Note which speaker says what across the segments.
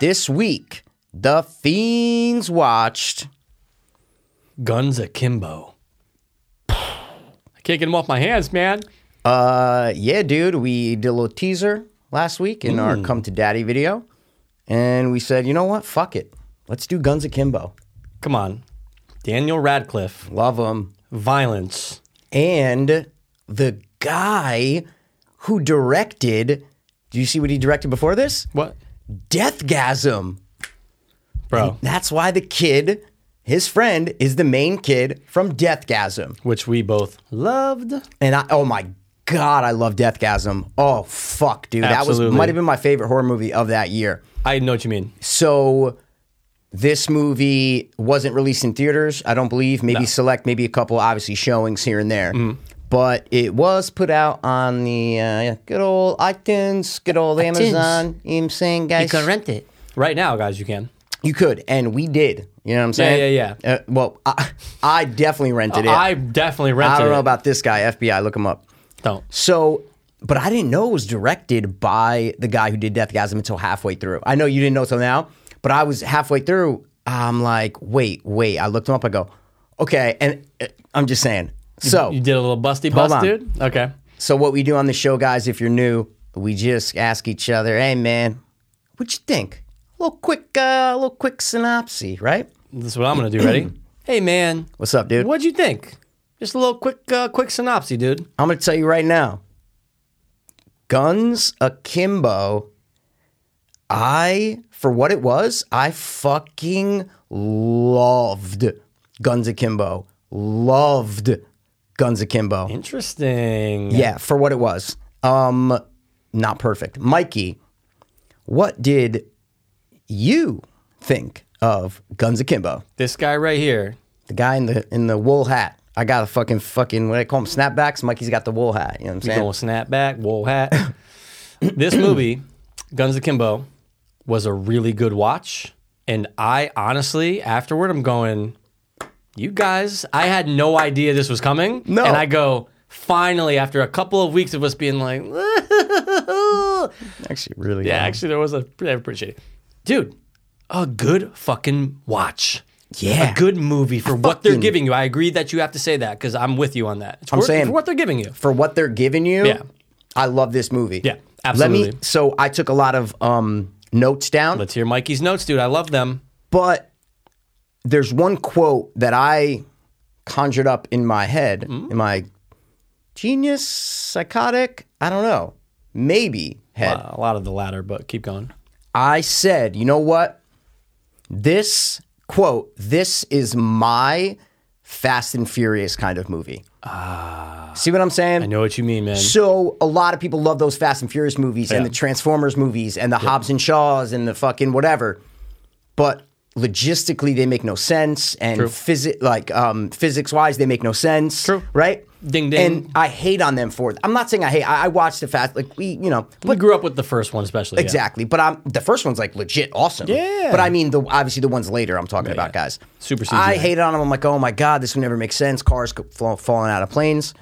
Speaker 1: This week, the Fiends watched.
Speaker 2: Guns Akimbo. I can't get them off my hands, man.
Speaker 1: Uh, yeah, dude, we did a little teaser last week in our Come to Daddy video. And we said, you know what? Fuck it. Let's do Guns Akimbo.
Speaker 2: Come on. Daniel Radcliffe,
Speaker 1: Love them.
Speaker 2: violence.
Speaker 1: And the guy who directed, do you see what he directed before this?
Speaker 2: What?
Speaker 1: Deathgasm.
Speaker 2: Bro,
Speaker 1: That's why the kid, his friend, is the main kid from Deathgasm.
Speaker 2: which we both loved.
Speaker 1: And I, oh my god, I love Deathgasm. Oh fuck, dude, that was
Speaker 2: Absolutely.
Speaker 1: might have been my favorite horror movie of that year.
Speaker 2: I know what you mean.
Speaker 1: So this movie wasn't released in theaters, I don't believe. Maybe select, maybe a couple, obviously showings here and there.
Speaker 2: Mm-hmm.
Speaker 1: But it was put out on the uh, good old iTunes, good old Amazon. You know what I'm saying, guys?
Speaker 2: rent it. Right now, guys, you can.
Speaker 1: You could, and we did. You know what I'm saying?
Speaker 2: yeah,
Speaker 1: yeah. Uh, well, I, I definitely rented it.
Speaker 2: I definitely rented
Speaker 1: I don't know
Speaker 2: it.
Speaker 1: about this guy, FBI. Look him up.
Speaker 2: Don't.
Speaker 1: So, but I didn't know it was directed by the guy who did Deathgasm until halfway through. I know you didn't know till now, but I was halfway through. I'm like, wait, wait. I looked him up. I go, okay. And uh, I'm just saying. So,
Speaker 2: You did a little busty
Speaker 1: Hold
Speaker 2: bust,
Speaker 1: on.
Speaker 2: dude? Okay.
Speaker 1: so what we do on the show, guys, if you're new, we just ask each other, hey, man, what you think? A little quick, uh, a little quick synopsis, right?
Speaker 2: This is what I'm going to do. Ready? hey, man.
Speaker 1: What's up, dude?
Speaker 2: What'd you think? Just a little quick, uh, quick synopsis, dude.
Speaker 1: I'm going to tell you right now. Guns Akimbo. I, for what it was, I fucking loved Guns Akimbo. Loved Guns Akimbo.
Speaker 2: Interesting.
Speaker 1: Yeah, for what it was. Um, not perfect. Mikey, what did you think of Guns Akimbo?
Speaker 2: This guy right here.
Speaker 1: The guy in the in the wool hat. I got a fucking fucking what do I call him snapbacks. Mikey's got the wool hat. You know what I'm saying?
Speaker 2: Going snapback, wool hat. this movie, Guns Akimbo, was a really good watch. And I honestly, afterward, I'm going, you guys, I had no idea this was coming.
Speaker 1: No.
Speaker 2: And I go, finally, after a couple of weeks of us being like,
Speaker 1: Actually, really.
Speaker 2: yeah,
Speaker 1: uh,
Speaker 2: actually, there was a, I appreciate it. Dude, a good fucking watch.
Speaker 1: Yeah.
Speaker 2: A good movie for what they're
Speaker 1: fucking-
Speaker 2: giving you. I agree that you have to say that because I'm with you on that. It's
Speaker 1: I'm
Speaker 2: worth-
Speaker 1: saying-
Speaker 2: for what they're giving you.
Speaker 1: for what they're giving you.
Speaker 2: Yeah.
Speaker 1: I love this movie.
Speaker 2: Yeah,
Speaker 1: Let me.
Speaker 2: absolutely.
Speaker 1: So I took a lot of um, notes down,
Speaker 2: Let's hear Mikey's notes, dude. I love them.
Speaker 1: but there's one quote that I conjured up in my head.
Speaker 2: Mm-hmm.
Speaker 1: In my genius, psychotic, I don't know, maybe head.
Speaker 2: Uh, a lot of the latter, but keep going.
Speaker 1: I said, you know what? This quote, this is my Fast and Furious kind of movie. Ah. See what I'm saying?
Speaker 2: I know what you mean, man.
Speaker 1: So a lot of people love those Fast and Furious movies and
Speaker 2: Yeah.
Speaker 1: the Transformers movies and the Hobbs and Shaws and the fucking whatever. But logistically, they make no sense, and physi- like um, physics wise, they make no sense.
Speaker 2: True.
Speaker 1: Right.
Speaker 2: Ding, ding.
Speaker 1: And I hate on them for it. I'm not saying I hate. I, I watched the Fast like we you know
Speaker 2: we grew up with the first one, especially. yeah.
Speaker 1: exactly. But I'm the first one's like legit awesome.
Speaker 2: Yeah.
Speaker 1: But I mean the obviously the ones later I'm talking about
Speaker 2: yeah.
Speaker 1: guys.
Speaker 2: Super CGI.
Speaker 1: I hated on them. I'm like, oh my god, this would never make sense. Cars co- fall, falling out of planes.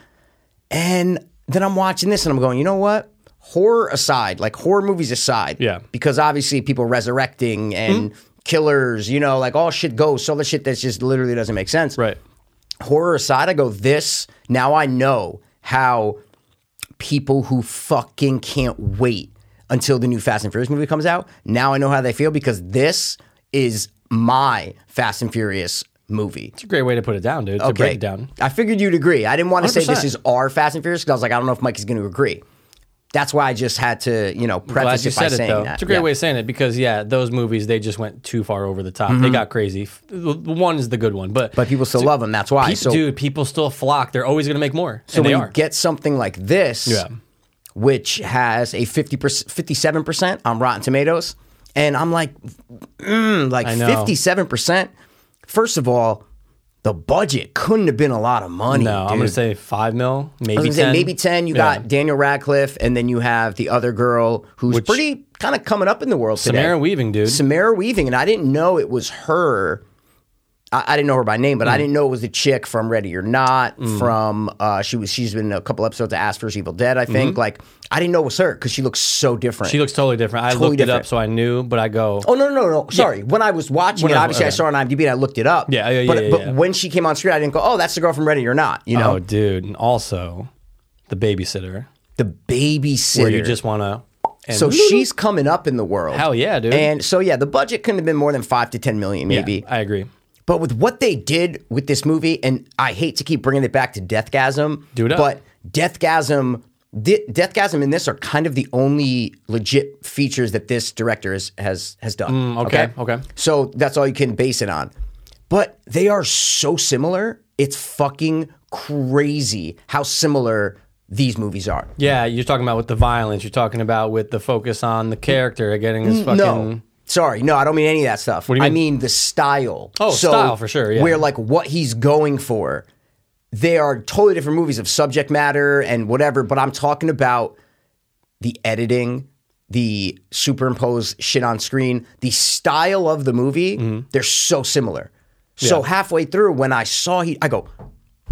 Speaker 1: And then I'm watching this and I'm going, you know what? Horror aside, like horror movies aside,
Speaker 2: Yeah. Hmm?
Speaker 1: because obviously people resurrecting and killers, you know, like all shit ghosts, all the shit that just literally doesn't make sense
Speaker 2: Right.
Speaker 1: horror aside, I go, this, now I know how people who fucking can't wait until the new Fast and Furious movie comes out, now I know how they feel because this is my Fast and Furious movie.
Speaker 2: It's a great way to put it down, dude. To break it down.
Speaker 1: I figured you'd agree. I didn't want to say this
Speaker 2: 100%.
Speaker 1: is our Fast and Furious because I was like, I don't know if Mike is going to agree. That's why I just had to, you know,
Speaker 2: Glad
Speaker 1: preface
Speaker 2: you
Speaker 1: it by
Speaker 2: said it
Speaker 1: saying
Speaker 2: though.
Speaker 1: that.
Speaker 2: It's a great
Speaker 1: Yeah.
Speaker 2: way of saying it because yeah, those movies they just went too far over the top. They got crazy. F- The the one is the good one, but
Speaker 1: Mm-hmm. But people still love them. That's why.
Speaker 2: Pe-
Speaker 1: so
Speaker 2: dude, people still flock. They're always going to make more.
Speaker 1: So
Speaker 2: and they
Speaker 1: when
Speaker 2: are.
Speaker 1: you get something like this,
Speaker 2: Yeah.
Speaker 1: which has a 50%, 57% on Rotten Tomatoes, and I'm like, mm, like
Speaker 2: know.
Speaker 1: 57%. First of all, the budget couldn't have been a lot of money.
Speaker 2: no, I'm going
Speaker 1: dude.
Speaker 2: to say five mil, maybe
Speaker 1: I was gonna say
Speaker 2: ten.
Speaker 1: maybe 10. You
Speaker 2: Yeah.
Speaker 1: got Daniel Radcliffe, and then you have the other girl who's pretty kind of coming up in the world today.
Speaker 2: Samara Weaving, dude.
Speaker 1: Samara Weaving, and I didn't know it was her. I, I didn't know her by name, but
Speaker 2: Hmm.
Speaker 1: I didn't know it was the chick from Ready or Not. From uh, she was she's been in a couple episodes of Ask vs Evil Dead, I think. Like I didn't know it was her because she looks so different.
Speaker 2: Hmm. She looks totally different. I
Speaker 1: Totally
Speaker 2: looked it up,
Speaker 1: different.
Speaker 2: so I knew, but I go,
Speaker 1: Oh no no no! no. Sorry, when I was watching
Speaker 2: When
Speaker 1: it,
Speaker 2: I-
Speaker 1: obviously I
Speaker 2: okay.
Speaker 1: saw her on IMDb and I looked it up.
Speaker 2: Yeah, yeah, yeah,
Speaker 1: But,
Speaker 2: yeah,
Speaker 1: but
Speaker 2: yeah.
Speaker 1: when she came on screen, I didn't go, "Oh, that's the girl from Ready or Not." You know,
Speaker 2: oh, dude. And also, the babysitter,
Speaker 1: the babysitter.
Speaker 2: where you just want to.
Speaker 1: so she's coming up in the world.
Speaker 2: Hell yeah, dude.
Speaker 1: And so yeah, the budget couldn't have been more than five to ten million, maybe.
Speaker 2: I agree.
Speaker 1: But with what they did with this movie, and I hate to keep bringing it back to Deathgasm,
Speaker 2: Do it up.
Speaker 1: but Deathgasm, De- Deathgasm, and this are kind of the only legit features that this director has has has done.
Speaker 2: Mm, okay, okay.
Speaker 1: So that's all you can base it on. But they are so similar; it's fucking crazy how similar these movies are.
Speaker 2: Yeah, you're talking about with the violence. You're talking about with the focus on the character getting his fucking.
Speaker 1: Mm, No. Sorry, no, I don't mean any of that stuff.
Speaker 2: do you
Speaker 1: I
Speaker 2: mean?
Speaker 1: mean the style.
Speaker 2: Oh, style, for sure, yeah.
Speaker 1: Where like what he's going for. They are totally different movies of subject matter and whatever, but I'm talking about the editing, the superimposed shit on screen, the style of the movie.
Speaker 2: Mm-hmm.
Speaker 1: They're so similar. So halfway through, when I saw he, I go,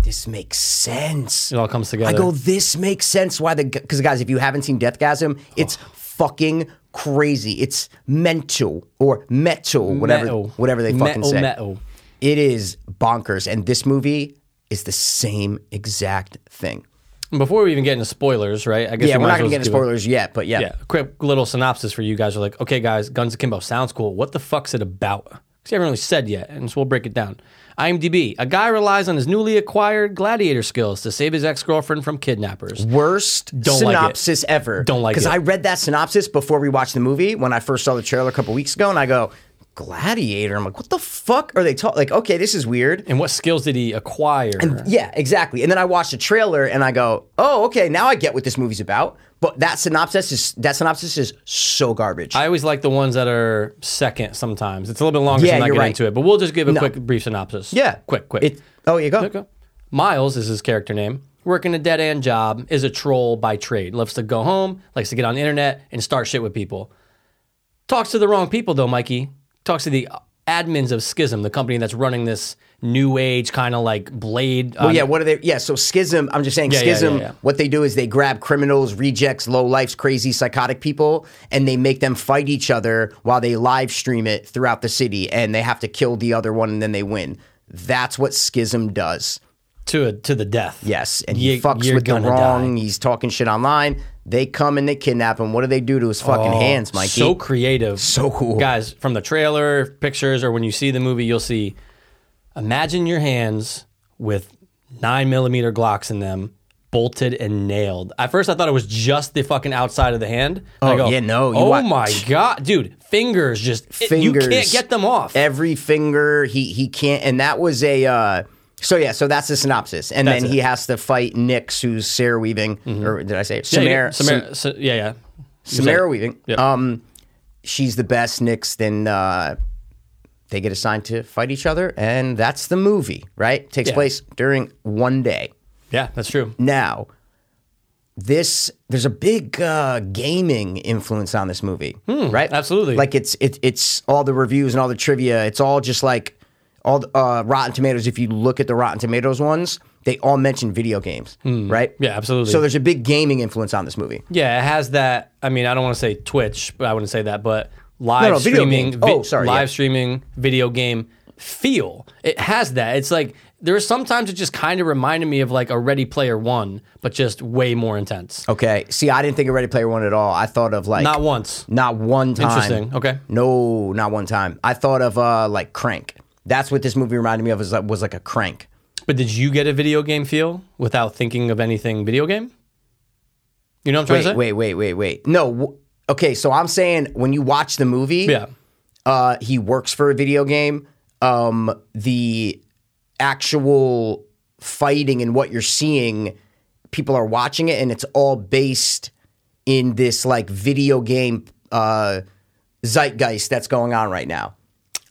Speaker 1: this makes sense.
Speaker 2: It all comes
Speaker 1: I
Speaker 2: together.
Speaker 1: go, this makes sense why the because guys, if you haven't seen Deathgasm, it's fucking crazy. It's mental or metal, whatever
Speaker 2: Metal.
Speaker 1: whatever they fucking
Speaker 2: Metal,
Speaker 1: say.
Speaker 2: metal.
Speaker 1: It is bonkers, and this movie is the same exact thing.
Speaker 2: Before we even get into spoilers, right? I guess
Speaker 1: Yeah,
Speaker 2: we
Speaker 1: we're
Speaker 2: might
Speaker 1: not gonna
Speaker 2: as well
Speaker 1: get into
Speaker 2: just do it.
Speaker 1: spoilers yet, but yeah.
Speaker 2: Yeah, a quick little synopsis for you guys. Are like, okay, guys, Guns Akimbo sounds cool. What the fuck's it about? Because you haven't really said yet, and so we'll break it down. IMDb: A guy relies on his newly acquired gladiator skills to save his ex-girlfriend from kidnappers.
Speaker 1: Worst
Speaker 2: Don't like it.
Speaker 1: synopsis ever.
Speaker 2: Don't like
Speaker 1: because
Speaker 2: it.
Speaker 1: I read that synopsis before we watched the movie when I first saw the trailer a couple weeks ago, and I go, "Gladiator." I'm like, "What the fuck are they talking?" Like, okay, this is weird.
Speaker 2: And what skills did he acquire?
Speaker 1: Yeah, exactly. And then I watch the trailer and I go, "Oh, okay, now I get what this movie's about." But that synopsis is that synopsis is so garbage.
Speaker 2: I always like the ones that are second. Sometimes it's a little bit longer,
Speaker 1: Yeah,
Speaker 2: so I'm not
Speaker 1: you're
Speaker 2: getting
Speaker 1: right.
Speaker 2: into it. But we'll just give a quick, brief synopsis.
Speaker 1: yeah,
Speaker 2: quick, quick.
Speaker 1: It, oh, you go.
Speaker 2: Okay. Miles is his character name. Working a dead end job, is a troll by trade. Loves to go home, likes to get on the internet and start shit with people. Talks to the wrong people though, Mikey. Talks to the admins of Schism, the company that's running this new age kind of like blade. um,
Speaker 1: Well, yeah. What are they? Yeah. So schism. I'm just saying
Speaker 2: Yeah, yeah, yeah,
Speaker 1: schism.
Speaker 2: yeah.
Speaker 1: What they do is they grab criminals, rejects, low lifes, crazy, psychotic people, and they make them fight each other while they live stream it throughout the city, and they have to kill the other one, and then they win. That's what schism does.
Speaker 2: to a, to the death.
Speaker 1: Yes, and
Speaker 2: You-
Speaker 1: he fucks
Speaker 2: you're
Speaker 1: with the
Speaker 2: gonna
Speaker 1: wrong. He's talking shit online. They come and they kidnap him. What do they do to his fucking
Speaker 2: Oh,
Speaker 1: hands, Mikey?
Speaker 2: So creative.
Speaker 1: So cool.
Speaker 2: Guys, from the trailer, pictures, or when you see the movie, you'll see imagine your hands with nine millimeter Glocks in them, bolted and nailed. At first, I thought it was just the fucking outside of the hand. Oh,
Speaker 1: yeah, no, you
Speaker 2: oh
Speaker 1: wa-
Speaker 2: my God. Dude, fingers just, fingers. you can't
Speaker 1: Fingers.
Speaker 2: get them off.
Speaker 1: Every finger he he can't. And that was a. Uh, so yeah, so that's the synopsis, and
Speaker 2: That's
Speaker 1: then
Speaker 2: it. Mm-hmm.
Speaker 1: he has to fight Nix, who's Sarah Weaving, or did I say it?
Speaker 2: Yeah,
Speaker 1: Samara?
Speaker 2: yeah, Samara, Sa- yeah, yeah.
Speaker 1: Sam- Samara Weaving.
Speaker 2: Yeah.
Speaker 1: Um, she's the best Nix. Then uh, they get assigned to fight each other, and that's the movie. Right, takes
Speaker 2: Yeah.
Speaker 1: place during one day.
Speaker 2: Yeah, that's true.
Speaker 1: Now, this there's a big uh, gaming influence on this movie, right?
Speaker 2: Hmm, absolutely.
Speaker 1: Like it's it, it's all the reviews and all the trivia. It's all just like all the, uh, Rotten Tomatoes. If you look at the Rotten Tomatoes ones, they all mention video games, right?
Speaker 2: Hmm, Yeah, absolutely.
Speaker 1: So there's a big gaming influence on this movie.
Speaker 2: Yeah, it has that. I mean, I don't want to say Twitch, but I wouldn't say that. But live
Speaker 1: no, video
Speaker 2: streaming,
Speaker 1: games. Oh, sorry,
Speaker 2: live
Speaker 1: yeah.
Speaker 2: streaming video game feel. It has that. It's like there are sometimes it just kind of reminded me of like a Ready Player One, but just way more intense.
Speaker 1: Okay. See, I didn't think of Ready Player One at all. I thought of like
Speaker 2: Not once.
Speaker 1: Not one time.
Speaker 2: Interesting. Okay.
Speaker 1: No, not one time. I thought of uh like Crank. That's what this movie reminded me of. Is like, was like a Crank.
Speaker 2: But did you get a video game feel without thinking of anything video game? You know what I'm trying
Speaker 1: wait,
Speaker 2: to say?
Speaker 1: wait, wait, wait, wait. No, w- okay. So I'm saying when you watch the movie,
Speaker 2: Yeah.
Speaker 1: uh, he works for a video game. Um, the actual fighting and what you're seeing, people are watching it, and it's all based in this like video game uh, zeitgeist that's going on right now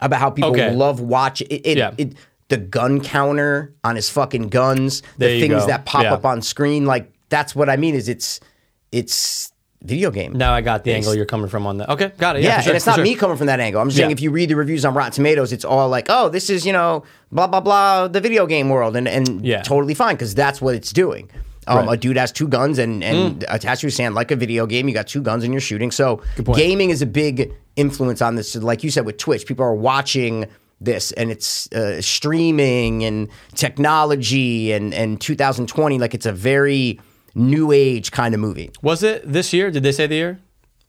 Speaker 1: about how people
Speaker 2: Okay.
Speaker 1: love watching it. it,
Speaker 2: Yeah.
Speaker 1: it the gun counter on his fucking guns,
Speaker 2: There
Speaker 1: the
Speaker 2: you
Speaker 1: things
Speaker 2: go.
Speaker 1: that pop
Speaker 2: Yeah.
Speaker 1: up on screen, like that's what I mean. Is it's it's video game.
Speaker 2: Now I got the angle you're coming from on that. Okay, got it. Yeah,
Speaker 1: Yeah,
Speaker 2: for sure,
Speaker 1: and it's
Speaker 2: for
Speaker 1: not
Speaker 2: sure.
Speaker 1: me coming from that angle. I'm just saying
Speaker 2: Yeah.
Speaker 1: if you read the reviews on Rotten Tomatoes, it's all like, oh, this is, you know, blah, blah, blah, the video game world. And, and
Speaker 2: Yeah.
Speaker 1: totally fine because that's what it's doing. Um,
Speaker 2: Right. Mm.
Speaker 1: A dude has two guns and, and attached to his hand, like a video game, you got two guns and you're shooting. So gaming is a big influence on this. Like you said with Twitch, people are watching this and it's uh, streaming and technology and, and 2020. Like it's a very new age kind of movie.
Speaker 2: Was it this year? Did they say the year?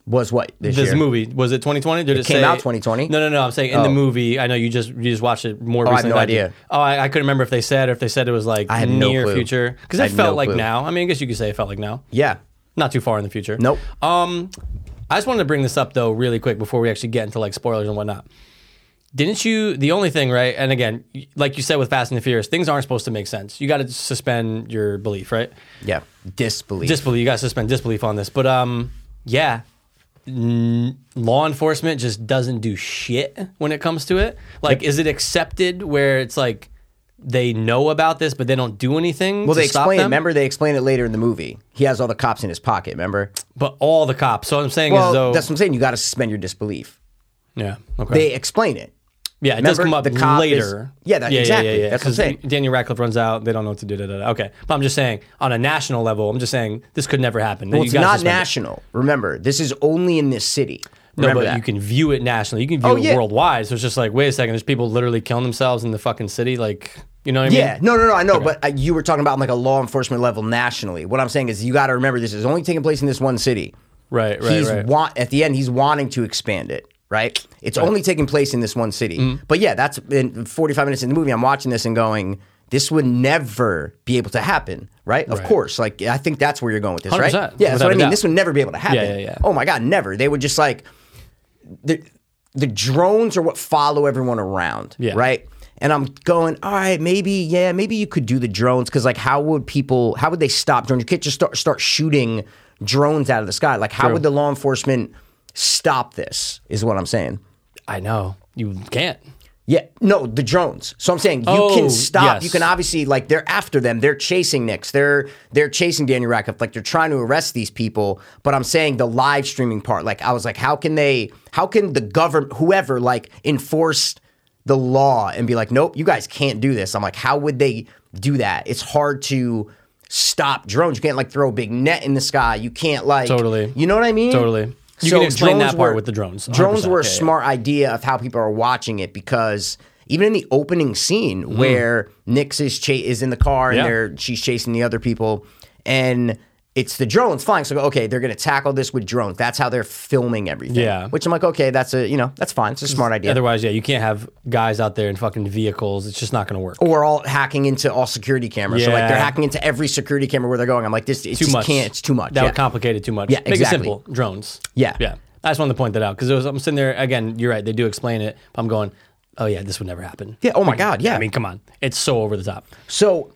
Speaker 1: Was what this,
Speaker 2: This
Speaker 1: year?
Speaker 2: movie was it 2020? Did it,
Speaker 1: came
Speaker 2: say-
Speaker 1: out 2020.
Speaker 2: No, no, no. I'm saying in the movie. I know you just you just watched it more
Speaker 1: have
Speaker 2: recently.
Speaker 1: no
Speaker 2: than did.
Speaker 1: idea.
Speaker 2: Oh, I, I couldn't remember if they said or if they said it was like
Speaker 1: had no
Speaker 2: near
Speaker 1: clue.
Speaker 2: future because
Speaker 1: I
Speaker 2: it
Speaker 1: had
Speaker 2: felt
Speaker 1: no
Speaker 2: like
Speaker 1: clue.
Speaker 2: now. I mean, I guess you could say it felt like now.
Speaker 1: Yeah.
Speaker 2: Not too far in the future.
Speaker 1: Nope.
Speaker 2: Um, I just wanted to bring this up though, really quick, before we actually get into like spoilers and whatnot. Didn't you? The only thing, right? And again, y- like you said with Fast and the Furious, things aren't supposed to make sense. You got to suspend your belief, right?
Speaker 1: Yeah. Disbelief.
Speaker 2: disbelief. You got to suspend disbelief on this, but um, yeah, N- law enforcement just doesn't do shit when it comes to it. Like, is it accepted where it's like they know about this but they don't do anything?
Speaker 1: Well,
Speaker 2: to
Speaker 1: they
Speaker 2: stop
Speaker 1: explain it.
Speaker 2: them?
Speaker 1: Remember, they explain it later in the movie. He has all the cops in his pocket. Remember?
Speaker 2: But all the cops. So what I'm saying
Speaker 1: Well,
Speaker 2: is though,
Speaker 1: that's what I'm saying. You got to suspend your disbelief.
Speaker 2: yeah, okay,
Speaker 1: They explain it.
Speaker 2: yeah, it does
Speaker 1: remember
Speaker 2: come up
Speaker 1: the cop
Speaker 2: later.
Speaker 1: is- yeah, that- exactly. That's what I'm
Speaker 2: 'Cause
Speaker 1: saying.
Speaker 2: Daniel Radcliffe runs out. They don't know what to do. Da, da, da. Okay, but I'm just saying on a national level, I'm just saying this could never happen.
Speaker 1: Well, it's not national. Remember, this is only in this city.
Speaker 2: No,
Speaker 1: Remember
Speaker 2: but
Speaker 1: that.
Speaker 2: you can view it nationally. You can view
Speaker 1: Oh,
Speaker 2: it
Speaker 1: yeah.
Speaker 2: worldwide. So it's just like, wait a second, there's people literally killing themselves in the fucking city. Like, you know what I
Speaker 1: yeah,
Speaker 2: mean?
Speaker 1: no, no, no. I know, but uh, you were talking about like a law enforcement level nationally. What I'm saying is, you got to remember this is only taking place in this one city.
Speaker 2: Right, right,
Speaker 1: he's
Speaker 2: right.
Speaker 1: want at the end he's wanting to expand it right it's only taking place in this one city
Speaker 2: Mm-hmm.
Speaker 1: but yeah that's in 45 minutes in the movie i'm watching this and going this would never be able to happen right of
Speaker 2: Right.
Speaker 1: course like i think that's where you're going with this right
Speaker 2: 100%,
Speaker 1: yeah that's
Speaker 2: without
Speaker 1: what i
Speaker 2: a
Speaker 1: mean
Speaker 2: doubt.
Speaker 1: this would never be able to happen
Speaker 2: yeah, yeah.
Speaker 1: oh my god never they would just like the the drones are what follow everyone around,
Speaker 2: Yeah.
Speaker 1: right? And I'm going, all right, maybe, yeah, maybe you could do the drones because, like, how would people, how would they stop drones? You can't just start start shooting drones out of the sky. Like, how would the law enforcement stop this? Is what I'm saying.
Speaker 2: I know. You can't.
Speaker 1: Yeah, no, the drones. So I'm saying you
Speaker 2: Oh,
Speaker 1: can stop. You
Speaker 2: yes.
Speaker 1: can obviously like they're after them. They're chasing Knicks. They're they're chasing Daniel Radcliffe. Like they're trying to arrest these people. But I'm saying the live streaming part. Like I was like, how can they? How can the government, whoever, like enforce the law and be like, nope, you guys can't do this. I'm like, how would they do that? It's hard to stop drones. You can't like throw a big net in the sky. You can't like
Speaker 2: Totally.
Speaker 1: You know what I mean?
Speaker 2: Totally. You can explain that part with the drones, 100%.
Speaker 1: Drones were a
Speaker 2: Yeah, yeah.
Speaker 1: smart idea of how people are watching it because even in the opening scene where Nix is cha- is in the car and
Speaker 2: Hmm. Yeah.
Speaker 1: they're she's chasing the other people and it's the drones flying. So okay, they're gonna tackle this with drones. That's how they're filming everything.
Speaker 2: Yeah.
Speaker 1: Which I'm like, okay, that's a you know, that's fine. It's a smart idea.
Speaker 2: Otherwise, yeah, you can't have guys out there in fucking vehicles. It's just not going to work.
Speaker 1: or all hacking into all security cameras. So like
Speaker 2: Yeah.
Speaker 1: they're hacking into every security camera where they're going. I'm like, this it's
Speaker 2: too much.
Speaker 1: can't it's too much.
Speaker 2: That
Speaker 1: yeah.
Speaker 2: would complicate it too much.
Speaker 1: Yeah,
Speaker 2: Make
Speaker 1: exactly.
Speaker 2: it simple. Drones.
Speaker 1: Yeah.
Speaker 2: Yeah. I just wanted to point that out because I'm sitting there again. You're right. They do explain it. But I'm going, oh yeah, this would never happen.
Speaker 1: Yeah, oh my God, yeah.
Speaker 2: I mean, come on. It's so over the top.
Speaker 1: So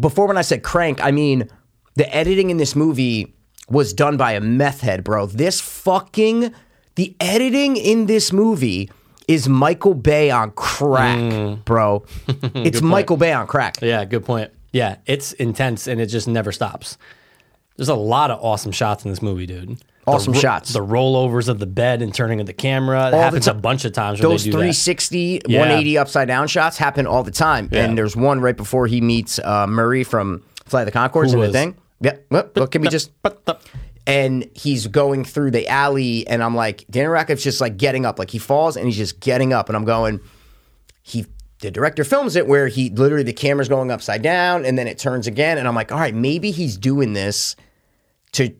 Speaker 1: before when I said crank, I mean the editing in this movie was done by a meth head, bro. This fucking the editing in this movie is Michael Bay on crack, bro. It's Michael Bay on crack.
Speaker 2: Mm. Yeah, good point. Yeah, it's intense and it just never stops. There's a lot of awesome shots in this movie, dude. The
Speaker 1: Awesome shots. Oh,
Speaker 2: The rollovers of the bed and turning of the camera. It happens a bunch of times when
Speaker 1: Those
Speaker 2: they do that.
Speaker 1: 360,
Speaker 2: Yeah.
Speaker 1: 180 upside down shots happen all the time.
Speaker 2: Yeah.
Speaker 1: And there's one right before he meets uh, Murray from Fly the Concords
Speaker 2: Who
Speaker 1: and the
Speaker 2: was-
Speaker 1: thing. Yep. Well, well, can we just
Speaker 2: But the-
Speaker 1: and he's going through the alley, and I'm like, Daniel Radcliffe's just like getting up, like he falls and he's just getting up, and I'm going, he. The director films it where he literally the camera's going upside down, and then it turns again, and I'm like, all right, maybe he's doing this to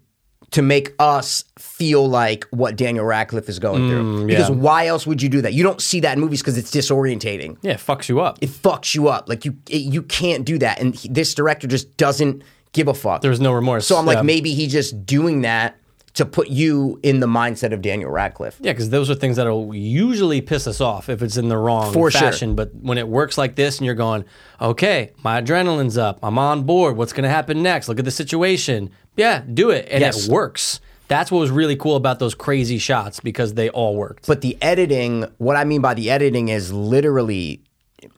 Speaker 1: to make us feel like what Daniel Radcliffe is going through. Because
Speaker 2: Mm, yeah.
Speaker 1: why else would you do that? You don't see that in movies because it's disorientating
Speaker 2: yeah, it fucks you up.
Speaker 1: it fucks you up. Like you it, you can't do that. And he, this director just doesn't give a fuck.
Speaker 2: There's no remorse.
Speaker 1: So I'm like,
Speaker 2: Yeah.
Speaker 1: maybe he's just doing that to put you in the mindset of Daniel Radcliffe.
Speaker 2: yeah, because those are things that'll usually piss us off if it's in the wrong
Speaker 1: For sure.
Speaker 2: fashion. But when it works like this and you're going, okay, my adrenaline's up. I'm on board. What's going to happen next? Look at the situation. Yeah, do it. And
Speaker 1: Yes.
Speaker 2: it works. That's what was really cool about those crazy shots because they all worked.
Speaker 1: But the editing, what I mean by the editing is literally,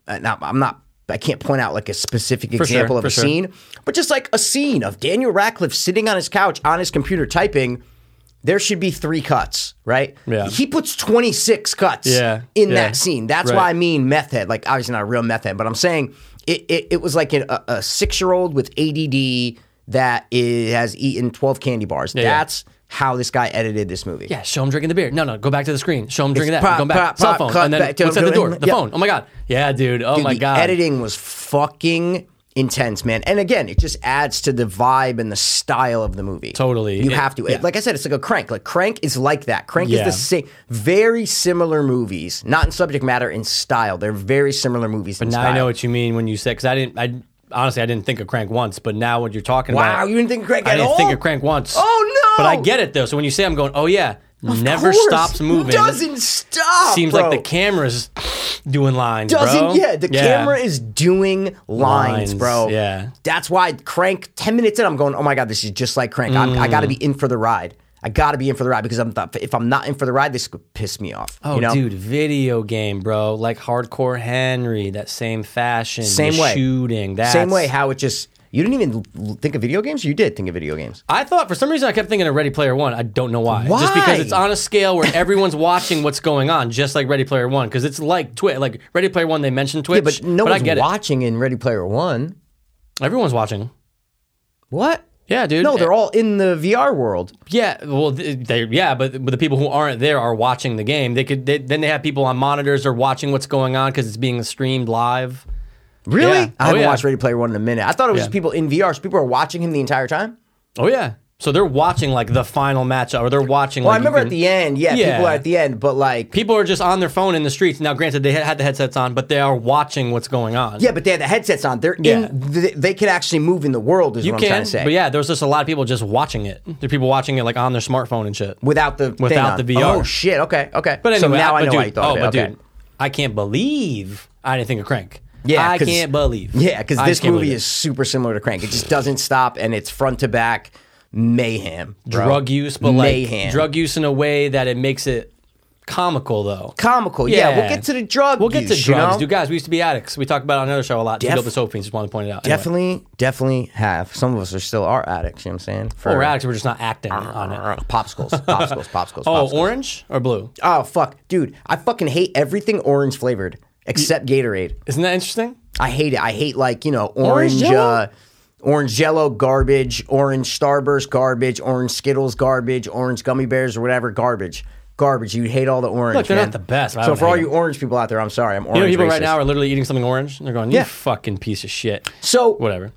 Speaker 1: uh, not, I'm not, I can't point out like a specific
Speaker 2: sure,
Speaker 1: example of
Speaker 2: for
Speaker 1: a
Speaker 2: sure.
Speaker 1: scene, but just like a scene of Daniel Radcliffe sitting on his couch on his computer typing. there should be three cuts, right?
Speaker 2: Yeah.
Speaker 1: He puts 26 cuts
Speaker 2: Yeah,
Speaker 1: in
Speaker 2: yeah.
Speaker 1: that scene. That's
Speaker 2: Right.
Speaker 1: why I mean meth head. Like, obviously not a real meth head, but I'm saying it, it, it was like an, a, a six year old with ADD that is, has eaten 12 candy bars.
Speaker 2: yeah.
Speaker 1: That's how this guy edited this movie.
Speaker 2: Yeah, show him drinking the beer. No, no, go back to the screen. Show him drinking that.
Speaker 1: pop,
Speaker 2: go back.
Speaker 1: pop,
Speaker 2: Cell
Speaker 1: pop,
Speaker 2: phone.
Speaker 1: cut
Speaker 2: and then
Speaker 1: back to
Speaker 2: what's
Speaker 1: him
Speaker 2: at the
Speaker 1: doing-
Speaker 2: door? The
Speaker 1: yeah.
Speaker 2: phone. Oh my god. Yeah, dude. Oh
Speaker 1: Dude,
Speaker 2: my
Speaker 1: the
Speaker 2: god.
Speaker 1: editing was fucking intense, man. And again, it just adds to the vibe and the style of the movie.
Speaker 2: Totally.
Speaker 1: You
Speaker 2: It-
Speaker 1: have to. It-
Speaker 2: yeah.
Speaker 1: Like I said, it's like a crank. Like crank is like that. Crank is
Speaker 2: Yeah.
Speaker 1: the same very similar movies, not in subject matter, in style. They're very similar movies in
Speaker 2: Now
Speaker 1: style.
Speaker 2: I know what you mean when you said because I didn't. I honestly I didn't think of crank once, but now what you're talking about.
Speaker 1: Wow, you didn't think of Crank
Speaker 2: I
Speaker 1: at
Speaker 2: didn't
Speaker 1: all?
Speaker 2: think of crank once.
Speaker 1: Oh, no!
Speaker 2: But I get it though. So when you say I'm going, oh yeah, never
Speaker 1: Of course.
Speaker 2: stops moving.
Speaker 1: Doesn't stop.
Speaker 2: Seems
Speaker 1: bro.
Speaker 2: like the camera's doing lines,
Speaker 1: doesn't
Speaker 2: bro.
Speaker 1: yeah the camera is doing lines,
Speaker 2: Lines,
Speaker 1: bro
Speaker 2: yeah.
Speaker 1: that's why crank 10 minutes in i'm going oh my god this is just like crank I'm, i gotta be
Speaker 2: Mm.
Speaker 1: in for the ride i gotta be in for the ride because i'm not, if i'm not in for the ride this could piss me off
Speaker 2: Oh,
Speaker 1: you know
Speaker 2: dude, video game, bro. Like hardcore Henry, that same fashion, the
Speaker 1: Same way.
Speaker 2: shooting, that
Speaker 1: same way how it just you didn't even l- think of video games you did think of video games
Speaker 2: I thought for some reason I kept thinking of Ready Player One. I don't know why. Just because
Speaker 1: Why?
Speaker 2: it's on a scale where everyone's watching what's going on, just like Ready Player One, because it's like Twitch. Like Ready Player One, they mentioned Twitch,
Speaker 1: yeah, but no
Speaker 2: I
Speaker 1: one's
Speaker 2: get
Speaker 1: watching in ready player one
Speaker 2: it. Everyone's watching.
Speaker 1: what
Speaker 2: Yeah, dude.
Speaker 1: no they're all in the vr world
Speaker 2: yeah. Well, th- they yeah, but, but the people who aren't there are watching the game. They could they, then they have people on monitors or watching what's going on because it's being streamed live.
Speaker 1: really
Speaker 2: Yeah.
Speaker 1: i
Speaker 2: Oh,
Speaker 1: haven't
Speaker 2: yeah.
Speaker 1: watched ready player one in a minute i thought it was
Speaker 2: Yeah.
Speaker 1: just people in vr so people are watching him the entire time
Speaker 2: Oh yeah. So they're watching like the final matchup, or they're watching.
Speaker 1: well
Speaker 2: like,
Speaker 1: i remember
Speaker 2: you
Speaker 1: at
Speaker 2: can-
Speaker 1: the end yeah,
Speaker 2: Yeah.
Speaker 1: people are at the end but like
Speaker 2: people are just on their phone in the streets. Now, granted, they had had the headsets on, but they are watching what's going on.
Speaker 1: Yeah, but they had the headsets on. They're
Speaker 2: Yeah.
Speaker 1: in. They, they could actually move in the world. Is
Speaker 2: You
Speaker 1: what I'm
Speaker 2: can,
Speaker 1: trying to say.
Speaker 2: but yeah, there was just a lot of people just watching it. There are people watching it like on their smartphone and shit.
Speaker 1: Without the thing
Speaker 2: Without
Speaker 1: on.
Speaker 2: the VR.
Speaker 1: Oh shit. Okay. Okay.
Speaker 2: But anyway,
Speaker 1: so now I,
Speaker 2: but
Speaker 1: know
Speaker 2: dude,
Speaker 1: why you thought
Speaker 2: oh,
Speaker 1: of it.
Speaker 2: but
Speaker 1: okay.
Speaker 2: dude, I can't believe I didn't think of Crank.
Speaker 1: Yeah,
Speaker 2: I
Speaker 1: 'cause-
Speaker 2: can't believe.
Speaker 1: Yeah, because
Speaker 2: I
Speaker 1: this
Speaker 2: just can't
Speaker 1: movie
Speaker 2: believe
Speaker 1: is super similar to Crank. It just doesn't stop, and it's front to back mayhem.
Speaker 2: it.
Speaker 1: bro.
Speaker 2: drug use, but like
Speaker 1: mayhem.
Speaker 2: drug use in a way that it makes it comical though.
Speaker 1: comical. Yeah. we'll get to the drug.
Speaker 2: We'll get to
Speaker 1: use, you
Speaker 2: drugs,
Speaker 1: know?
Speaker 2: dude. Guys, we used to be addicts. We talk about it on another show a lot. Def-
Speaker 1: Def-
Speaker 2: Dope and Soap Fiends. Just want to point it out. Anyway.
Speaker 1: Definitely, definitely have. Some of us are still are addicts. You know what I'm saying? For
Speaker 2: Well, Oh, we're addicts. We're just not acting on it.
Speaker 1: popsicles, popsicles, popsicles.
Speaker 2: Oh,
Speaker 1: popsicles.
Speaker 2: orange or blue?
Speaker 1: oh fuck, dude! I fucking hate everything orange flavored except Gatorade.
Speaker 2: Isn't that interesting?
Speaker 1: I hate it. I hate like you know orange,
Speaker 2: Jello?
Speaker 1: uh, orange Jello garbage, orange Starburst garbage, orange Skittles garbage, orange gummy bears or whatever garbage, garbage. You hate all the orange.
Speaker 2: Look, they're
Speaker 1: man.
Speaker 2: not the best, but I
Speaker 1: So
Speaker 2: don't
Speaker 1: for all
Speaker 2: hate
Speaker 1: you orange people out there, I'm sorry. I'm orange.
Speaker 2: You know, people
Speaker 1: racist.
Speaker 2: right now are literally eating something orange. And they're going, "You
Speaker 1: Yeah.
Speaker 2: fucking piece of shit."
Speaker 1: So
Speaker 2: Whatever.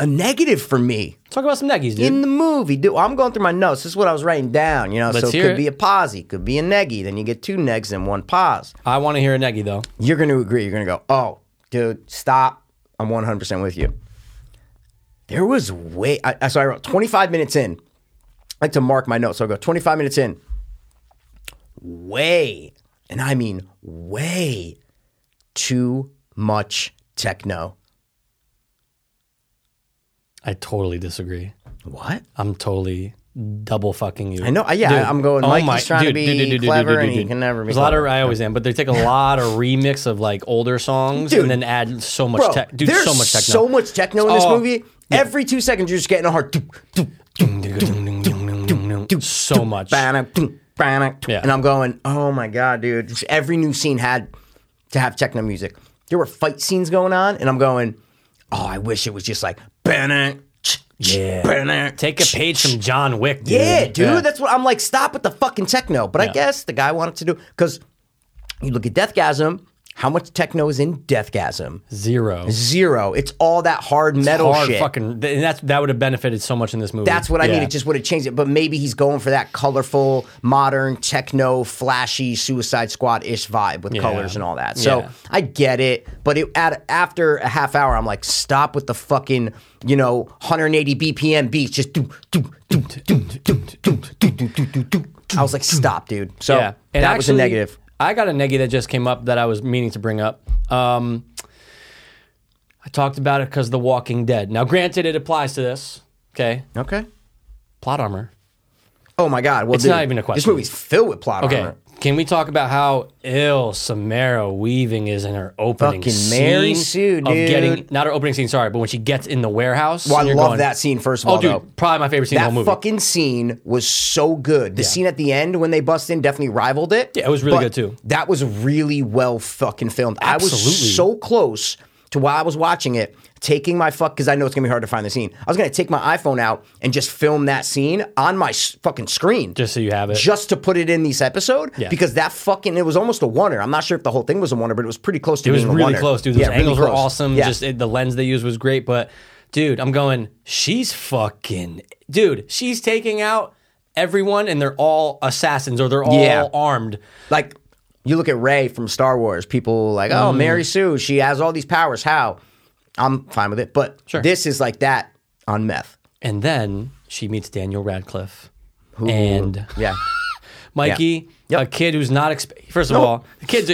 Speaker 1: a negative for me
Speaker 2: Talk about some neggies, dude.
Speaker 1: in the movie. Dude, I'm going through my notes. This is what I was writing down. You know, so it
Speaker 2: hear
Speaker 1: could
Speaker 2: it.
Speaker 1: be a posy, could be a neggy. Then you get two negs and one pos.
Speaker 2: I want to hear a neggy though.
Speaker 1: You're going to agree. You're going to go, oh, dude, stop. I'm 100 percent with you. There was way. I, I- so I wrote 25 minutes in. I like to mark my notes. So I go 25 minutes in. Way, and I mean way, too much techno.
Speaker 2: I totally disagree.
Speaker 1: What?
Speaker 2: I'm totally double fucking you. Oh
Speaker 1: I know. Yeah, I- I'm going, Mike, he's trying to be clever and he can never be
Speaker 2: There's a lot of
Speaker 1: clever.
Speaker 2: I always am, but they take a lot of remix of like older songs
Speaker 1: Dude.
Speaker 2: and then add so much
Speaker 1: Bro,
Speaker 2: tech. Dude,
Speaker 1: there's
Speaker 2: so much techno.
Speaker 1: so much techno in this
Speaker 2: Oh,
Speaker 1: movie. Every two seconds, you're just getting a hard.
Speaker 2: so much.
Speaker 1: Banner, dunk, banner, dunk.
Speaker 2: Yeah.
Speaker 1: And I'm going, oh my God, dude. Just every new scene had to have techno music. There were fight scenes going on, and I'm going, oh, I wish it was just like, banner, ch- ch-
Speaker 2: Yeah.
Speaker 1: banner,
Speaker 2: Take a
Speaker 1: ch-
Speaker 2: page from John Wick, dude.
Speaker 1: Yeah, dude. That's what I'm like, stop with the fucking techno. But I guess the guy wanted to do, because you look at Deathgasm, how much techno is in Deathgasm?
Speaker 2: zero.
Speaker 1: Zero. It's all that hard metal
Speaker 2: Hard
Speaker 1: shit.
Speaker 2: fucking. th- And that's that would have benefited so much in this movie.
Speaker 1: That's what I
Speaker 2: Yeah.
Speaker 1: mean. It just would have changed it. But maybe he's going for that colorful, modern, techno, flashy Suicide Squad ish vibe with colors and all that. So
Speaker 2: Yeah.
Speaker 1: I get it. But it, at, after a half hour, I'm like, stop with the fucking, you know, 180 BPM beats. Just do, do, do, do, do, do, do, do, do, do, do. I was like, stop, dude. So
Speaker 2: yeah.
Speaker 1: that was a negative.
Speaker 2: I got a negative that just came up that I was meaning to bring up. Um, I talked about it because The Walking Dead. Now, granted, it applies to this. Okay,
Speaker 1: Okay.
Speaker 2: plot armor.
Speaker 1: Oh my God. Well,
Speaker 2: It's
Speaker 1: dude,
Speaker 2: not even a
Speaker 1: This
Speaker 2: question.
Speaker 1: movie's filled with plot
Speaker 2: Okay,
Speaker 1: armor.
Speaker 2: Can we talk about how ill Samara Weaving is in her opening
Speaker 1: Fucking
Speaker 2: scene
Speaker 1: Mary Sue,
Speaker 2: of getting
Speaker 1: dude.
Speaker 2: not her opening scene, sorry, but when she gets in the warehouse?
Speaker 1: Well, I
Speaker 2: and you're
Speaker 1: love
Speaker 2: going,
Speaker 1: that scene, first of
Speaker 2: Oh,
Speaker 1: all,
Speaker 2: dude,
Speaker 1: though.
Speaker 2: probably my favorite scene in the
Speaker 1: That
Speaker 2: whole movie.
Speaker 1: fucking scene was so good. The scene at the end when they bust in definitely rivaled it.
Speaker 2: Yeah, it was really
Speaker 1: but
Speaker 2: good, too.
Speaker 1: That was really well fucking filmed. I
Speaker 2: Absolutely.
Speaker 1: was so close to while I was watching it, taking my fuck because I know it's gonna be hard to find the scene. I was gonna take my iPhone out and just film that scene on my s- fucking screen.
Speaker 2: just so you have it.
Speaker 1: just to put it in this episode
Speaker 2: Yeah.
Speaker 1: because that fucking it was almost a oneer. I'm not sure if the whole thing was a oneer, but it was pretty close to
Speaker 2: It was
Speaker 1: being
Speaker 2: really
Speaker 1: a oneer.
Speaker 2: close, dude. Those
Speaker 1: really
Speaker 2: angles were
Speaker 1: close.
Speaker 2: awesome.
Speaker 1: Yeah.
Speaker 2: Just it, the lens they used was great. But dude, I'm going, she's fucking dude, she's taking out everyone and they're all assassins or they're all
Speaker 1: Yeah.
Speaker 2: armed.
Speaker 1: like you look at Ray from Star Wars, people like,
Speaker 2: Mm.
Speaker 1: oh, Mary Sue, she has all these powers. How? I'm fine with it, but this is like that on meth.
Speaker 2: And then she meets Daniel Radcliffe. And
Speaker 1: Yeah,
Speaker 2: Mikey,
Speaker 1: Yeah. Yep.
Speaker 2: a kid who's not exp- first of all, the kid's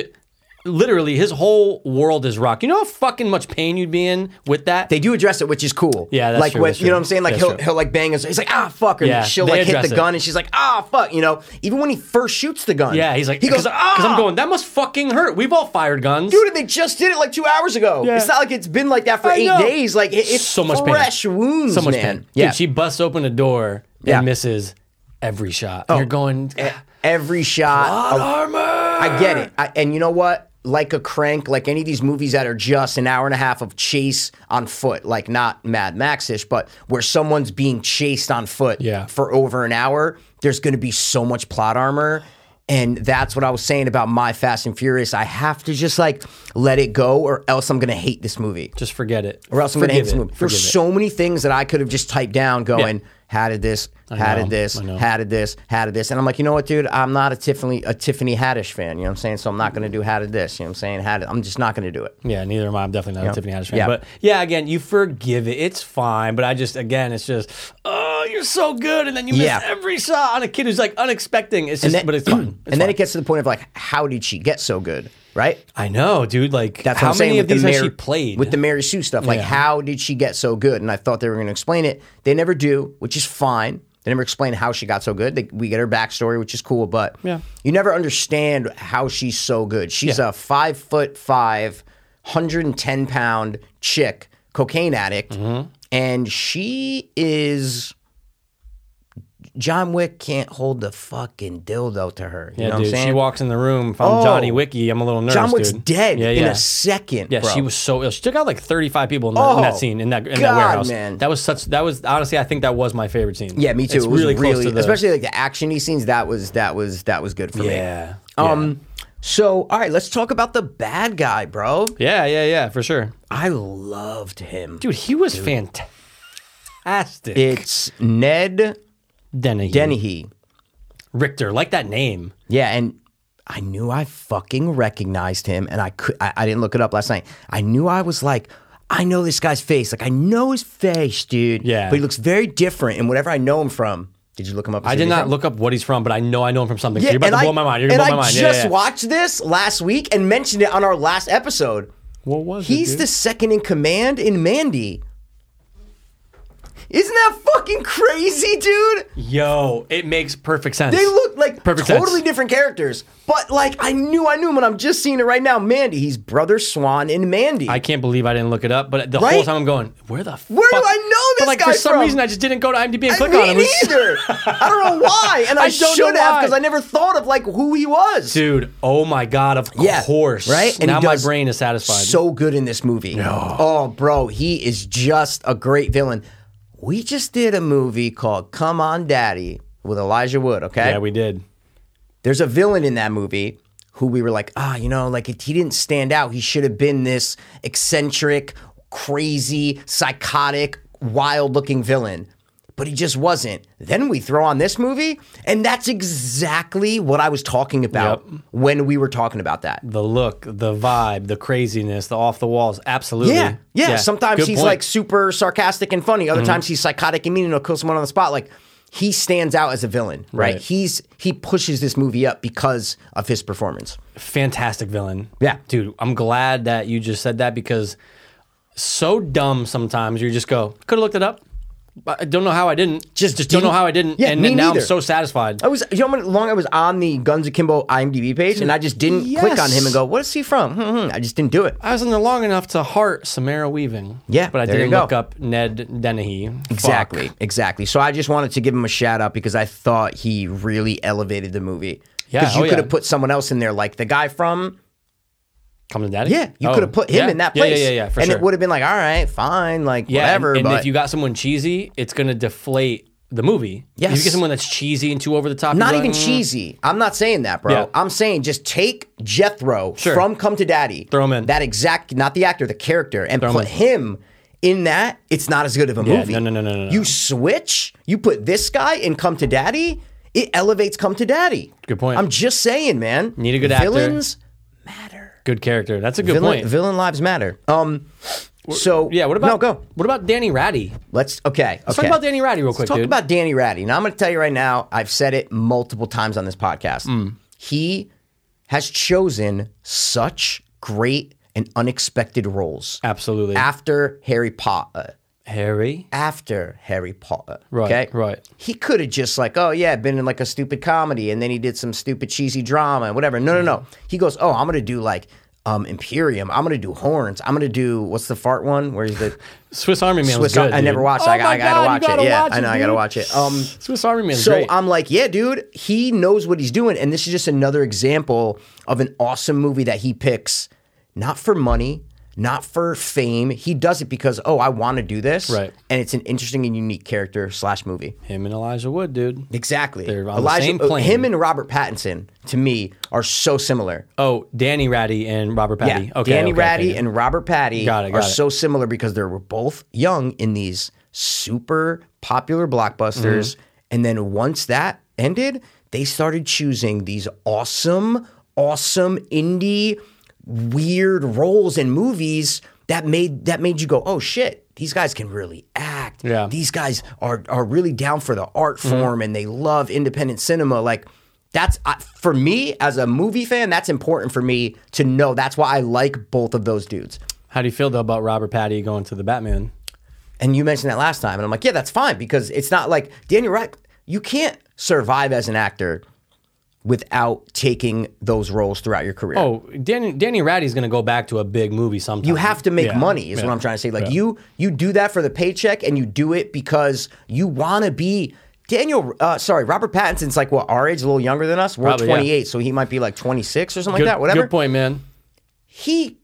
Speaker 2: literally his whole world is rocked. You know how fucking much pain you'd be in with that?
Speaker 1: they do address it, which is cool.
Speaker 2: Yeah, that's
Speaker 1: like
Speaker 2: true,
Speaker 1: when
Speaker 2: that's
Speaker 1: you know
Speaker 2: true.
Speaker 1: what I'm saying. Like
Speaker 2: That's
Speaker 1: he'll
Speaker 2: true.
Speaker 1: he'll like bang his. He's like ah fuck, and
Speaker 2: Yeah,
Speaker 1: she'll
Speaker 2: they
Speaker 1: like hit
Speaker 2: address
Speaker 1: the
Speaker 2: it.
Speaker 1: gun, and she's like ah fuck. You know, even when he first shoots the gun,
Speaker 2: yeah, he's like,
Speaker 1: he goes ah.
Speaker 2: because I'm going, that must fucking hurt. We've all fired guns.
Speaker 1: Dude, and they just did it like two hours ago.
Speaker 2: Yeah.
Speaker 1: It's not like it's been like that for
Speaker 2: I
Speaker 1: eight
Speaker 2: know.
Speaker 1: days. Like it, it's
Speaker 2: So much pain.
Speaker 1: fresh wounds,
Speaker 2: so much
Speaker 1: man.
Speaker 2: pain.
Speaker 1: Yeah,
Speaker 2: Dude, she busts open a door and
Speaker 1: Yeah. Oh. Eh.
Speaker 2: misses every shot. You're going, "Ah,
Speaker 1: every shot,
Speaker 2: God, armor.
Speaker 1: I get it. I, and you know what? Like a crank, like any of these movies that are just an hour and a half of chase on foot, like not Mad Max ish, but where someone's being chased on foot
Speaker 2: Yeah.
Speaker 1: for over an hour, there's going to be so much plot armor. And that's what I was saying about my Fast and Furious. I have to just like let it go, or else I'm going to hate this movie.
Speaker 2: Just forget it.
Speaker 1: Or else I'm going to hate
Speaker 2: Forgive
Speaker 1: this
Speaker 2: it.
Speaker 1: movie.
Speaker 2: Forgive
Speaker 1: There's
Speaker 2: it.
Speaker 1: so many things that I could have just typed down going, how did this, how
Speaker 2: know,
Speaker 1: did this,
Speaker 2: I know.
Speaker 1: how did this, how did this. And I'm like, you know what, dude? I'm not a Tiffany a Tiffany Haddish fan. You know what I'm saying? So I'm not going to do how did this. You know what I'm saying? How did, I'm just not going to do it.
Speaker 2: Yeah, neither am I. I'm definitely not a Tiffany Haddish fan.
Speaker 1: Yeah.
Speaker 2: But yeah, again, you forgive it. It's fine. But I just, again, it's just, oh, you're so good. And then you
Speaker 1: Yeah.
Speaker 2: miss every shot on a kid who's like unexpected. It's just,
Speaker 1: then-
Speaker 2: but it's fine. It's
Speaker 1: and then
Speaker 2: fine.
Speaker 1: it gets to the point of like, how did she get so good? Right?
Speaker 2: I know, dude. Like,
Speaker 1: That's
Speaker 2: how
Speaker 1: what I'm
Speaker 2: many
Speaker 1: saying.
Speaker 2: of
Speaker 1: with
Speaker 2: these
Speaker 1: the
Speaker 2: has
Speaker 1: Mary-
Speaker 2: she played?
Speaker 1: with the Mary Sue stuff? Like,
Speaker 2: Yeah.
Speaker 1: how did she get so good? And I thought they were going to explain it. They never do, which is fine. They never explain how she got so good. They, we get her backstory, which is cool, but
Speaker 2: Yeah.
Speaker 1: you never understand how she's so good. She's
Speaker 2: Yeah.
Speaker 1: a five foot five, 110 pound chick, cocaine addict,
Speaker 2: Mm-hmm.
Speaker 1: and she is. John Wick can't hold the fucking dildo to her. You
Speaker 2: yeah,
Speaker 1: know what
Speaker 2: dude.
Speaker 1: I'm saying?
Speaker 2: She walks in the room. If I'm
Speaker 1: Oh.
Speaker 2: Johnny Wiki, I'm a little nervous.
Speaker 1: John Wick's
Speaker 2: dude.
Speaker 1: dead
Speaker 2: Yeah,
Speaker 1: in
Speaker 2: yeah.
Speaker 1: a second.
Speaker 2: Yeah,
Speaker 1: bro.
Speaker 2: she was so ill. She took out like 35 people in, the, in that
Speaker 1: Oh,
Speaker 2: scene in that in that
Speaker 1: God,
Speaker 2: warehouse.
Speaker 1: man.
Speaker 2: That was such. That was honestly, I think that was my favorite scene.
Speaker 1: Yeah, me too.
Speaker 2: It's
Speaker 1: it was
Speaker 2: really
Speaker 1: really,
Speaker 2: close to the.
Speaker 1: especially like the actiony scenes. That was that was that was good for me.
Speaker 2: yeah. yeah.
Speaker 1: Um. So all right, let's talk about the bad guy, bro.
Speaker 2: Yeah, yeah, yeah, for sure,
Speaker 1: I loved him.
Speaker 2: dude. He was fantastic.
Speaker 1: It's Ned
Speaker 2: Dennehy.
Speaker 1: Dennehy.
Speaker 2: Richter, like that name.
Speaker 1: Yeah, and I knew I fucking recognized him, and I could I, I didn't look it up last night. I knew I was like. I know this guy's face. Like I know his face, dude.
Speaker 2: Yeah.
Speaker 1: But he looks very different in whatever I know him from. Did you look him up?
Speaker 2: I did not look up what he's from, but I know I know him from something.
Speaker 1: Yeah,
Speaker 2: You're about
Speaker 1: and
Speaker 2: to
Speaker 1: I-
Speaker 2: blow my mind. You're gonna
Speaker 1: and
Speaker 2: blow my
Speaker 1: I
Speaker 2: mind. Yeah,
Speaker 1: just
Speaker 2: yeah, yeah.
Speaker 1: watched this last week and mentioned it on our last episode.
Speaker 2: What was it,
Speaker 1: He's
Speaker 2: dude?
Speaker 1: the second in command in Mandy. Isn't that fucking crazy, dude?
Speaker 2: Yo, it makes perfect sense.
Speaker 1: They look like
Speaker 2: Perfect
Speaker 1: totally
Speaker 2: sense.
Speaker 1: different characters, but like I knew I knew him, and I'm just seeing it right now. Mandy, he's brother Swan in Mandy.
Speaker 2: I can't believe I didn't look it up, but the whole
Speaker 1: Right?
Speaker 2: time I'm going, where the
Speaker 1: Where do
Speaker 2: fuck?
Speaker 1: I know
Speaker 2: But
Speaker 1: this
Speaker 2: like
Speaker 1: guy
Speaker 2: for some
Speaker 1: from?
Speaker 2: reason, I just didn't go to IMDb and
Speaker 1: I
Speaker 2: click
Speaker 1: me
Speaker 2: on him. It was-
Speaker 1: neither. I don't know why, and I,
Speaker 2: I don't know
Speaker 1: should have
Speaker 2: why.
Speaker 1: because I never thought of like who he was.
Speaker 2: Dude, oh my god, of
Speaker 1: Yeah,
Speaker 2: course.
Speaker 1: right? And
Speaker 2: now
Speaker 1: he
Speaker 2: my
Speaker 1: does
Speaker 2: brain is satisfied.
Speaker 1: so good in this movie. Oh, bro, he is just a great villain. We just did a movie called Come On Daddy with Elijah Wood, okay?
Speaker 2: yeah, we did.
Speaker 1: There's a villain in that movie who we were like, ah, you know, like if he didn't stand out, he should have been this eccentric, crazy, psychotic, wild looking villain. But he just wasn't. Then we throw on this movie, and that's exactly what I was talking about when we were talking about that.
Speaker 2: The look, the vibe, the craziness, the off the walls. Absolutely.
Speaker 1: Yeah, yeah. Sometimes
Speaker 2: Good
Speaker 1: he's
Speaker 2: point. Mm-hmm.
Speaker 1: like super sarcastic and funny. Other times he's psychotic and mean and he'll kill someone on the spot. Like he stands out as a villain, right?
Speaker 2: Right.
Speaker 1: He's he pushes this movie up because of his performance.
Speaker 2: fantastic villain.
Speaker 1: Yeah.
Speaker 2: Dude, I'm glad that you just said that because so dumb sometimes you just go, could have looked it up. I don't know how I didn't.
Speaker 1: Just
Speaker 2: don't know
Speaker 1: didn't-
Speaker 2: how I didn't.
Speaker 1: Yeah,
Speaker 2: and
Speaker 1: me
Speaker 2: now
Speaker 1: neither. Oh.
Speaker 2: I'm so satisfied.
Speaker 1: I was you know how long I was on the Guns Akimbo IMDb page, and I just didn't click on him and go, "What is he from?" hmm I just didn't do it.
Speaker 2: I was in there long enough to heart Samara Weaving.
Speaker 1: Yeah,
Speaker 2: but I
Speaker 1: there you
Speaker 2: didn't
Speaker 1: go.
Speaker 2: look up Ned Dennehy. Fuck.
Speaker 1: Exactly, exactly. So I just wanted to give him a shout out because I thought he really elevated the movie.
Speaker 2: Yeah,
Speaker 1: because you
Speaker 2: oh
Speaker 1: could have
Speaker 2: yeah.
Speaker 1: put someone else in there, like the guy from.
Speaker 2: Come to Daddy.
Speaker 1: Yeah, you
Speaker 2: Oh,
Speaker 1: could have put him
Speaker 2: yeah.
Speaker 1: in that
Speaker 2: Yeah,
Speaker 1: place.
Speaker 2: Yeah, yeah, yeah. For
Speaker 1: and
Speaker 2: sure.
Speaker 1: it would have been like, all right, fine, like
Speaker 2: Yeah, and-
Speaker 1: whatever.
Speaker 2: And,
Speaker 1: but
Speaker 2: if you got someone cheesy, it's gonna deflate the movie. If
Speaker 1: Yes.
Speaker 2: you get someone that's cheesy and too over the top,
Speaker 1: not
Speaker 2: you're
Speaker 1: even
Speaker 2: like, "Mm,
Speaker 1: cheesy. I'm not saying that, bro.
Speaker 2: Yeah.
Speaker 1: I'm saying just take Jethro from Come to Daddy,
Speaker 2: Throw him in.
Speaker 1: that exact, not the actor, the character, and put him in that. It's not as good of a movie.
Speaker 2: no, no, no, no, no,
Speaker 1: You
Speaker 2: no.
Speaker 1: switch. You put this guy in Come to Daddy. It elevates Come to Daddy.
Speaker 2: Good point.
Speaker 1: I'm just saying, man.
Speaker 2: Need a good actor.
Speaker 1: villains matter.
Speaker 2: Good character. That's a good
Speaker 1: Villain,
Speaker 2: point.
Speaker 1: villain lives matter. Um. So
Speaker 2: yeah. What about
Speaker 1: no go?
Speaker 2: What about Danny Ratty?
Speaker 1: Let's okay.
Speaker 2: Let's talk about Danny Ratty real quick,
Speaker 1: Talk
Speaker 2: dude.
Speaker 1: about Danny Ratty. Now I'm going to tell you right now. I've said it multiple times on this podcast.
Speaker 2: Mm.
Speaker 1: He has chosen such great and unexpected roles.
Speaker 2: Absolutely.
Speaker 1: After Harry Potter,
Speaker 2: Harry.
Speaker 1: after Harry Potter,
Speaker 2: Right,
Speaker 1: okay?
Speaker 2: right.
Speaker 1: He could have just like, oh yeah, been in like a stupid comedy, and then he did some stupid cheesy drama and whatever. No, no,
Speaker 2: Mm.
Speaker 1: no. He goes, oh, I'm gonna do like um Imperium. I'm gonna do horns. I'm gonna do what's the fart one? Where's the
Speaker 2: Swiss Army Man was
Speaker 1: Swiss?
Speaker 2: good.
Speaker 1: I never
Speaker 2: dude.
Speaker 1: watched. it.
Speaker 2: Oh
Speaker 1: I, I
Speaker 2: my
Speaker 1: gotta
Speaker 2: God, you
Speaker 1: watch
Speaker 2: gotta
Speaker 1: it. Yeah,
Speaker 2: watch
Speaker 1: I know. I gotta
Speaker 2: dude.
Speaker 1: watch it. Um,
Speaker 2: Swiss Army Man.
Speaker 1: so
Speaker 2: great.
Speaker 1: I'm like, yeah, dude, he knows what he's doing. And this is just another example of an awesome movie that he picks, not for money, not for fame. He does it because, oh, I want to do this.
Speaker 2: Right.
Speaker 1: And it's an interesting and unique character slash movie.
Speaker 2: him and Elijah Wood, dude.
Speaker 1: Exactly.
Speaker 2: They're on the same plane.
Speaker 1: him and Robert Pattinson, to me, are so similar.
Speaker 2: Oh, Danny Ratty and Robert Patty.
Speaker 1: Yeah.
Speaker 2: Okay.
Speaker 1: Danny
Speaker 2: okay,
Speaker 1: Ratty
Speaker 2: okay.
Speaker 1: and Robert Patty
Speaker 2: Got it,
Speaker 1: are
Speaker 2: got it.
Speaker 1: so similar because they were both young in these super popular blockbusters.
Speaker 2: Mm-hmm.
Speaker 1: And then once that ended, they started choosing these awesome, awesome indie weird roles in movies that made that made you go, oh shit, these guys can really act.
Speaker 2: Yeah. Mm-hmm.
Speaker 1: These guys are are really down for the art form and they love independent cinema. Like that's I, for me as a movie fan. That's important for me to know. That's why I like both of those dudes.
Speaker 2: How do you feel though about Robert Patty going to the Batman?
Speaker 1: And you mentioned that last time, and I'm like, yeah, that's fine because it's not like Daniel Radcliffe. You can't survive as an actor without taking those roles throughout your career.
Speaker 2: Oh, Danny Danny Ratty's gonna go back to a big movie sometime.
Speaker 1: you have to make
Speaker 2: Yeah,
Speaker 1: money is
Speaker 2: yeah,
Speaker 1: what i'm trying to say like
Speaker 2: yeah.
Speaker 1: you you do that for the paycheck and you do it because you want to be daniel uh, sorry robert pattinson's like what our age a little younger than us we're
Speaker 2: Probably, yeah.
Speaker 1: 28 so he might be like 26 or something
Speaker 2: Good,
Speaker 1: like that whatever
Speaker 2: good point, man.
Speaker 1: he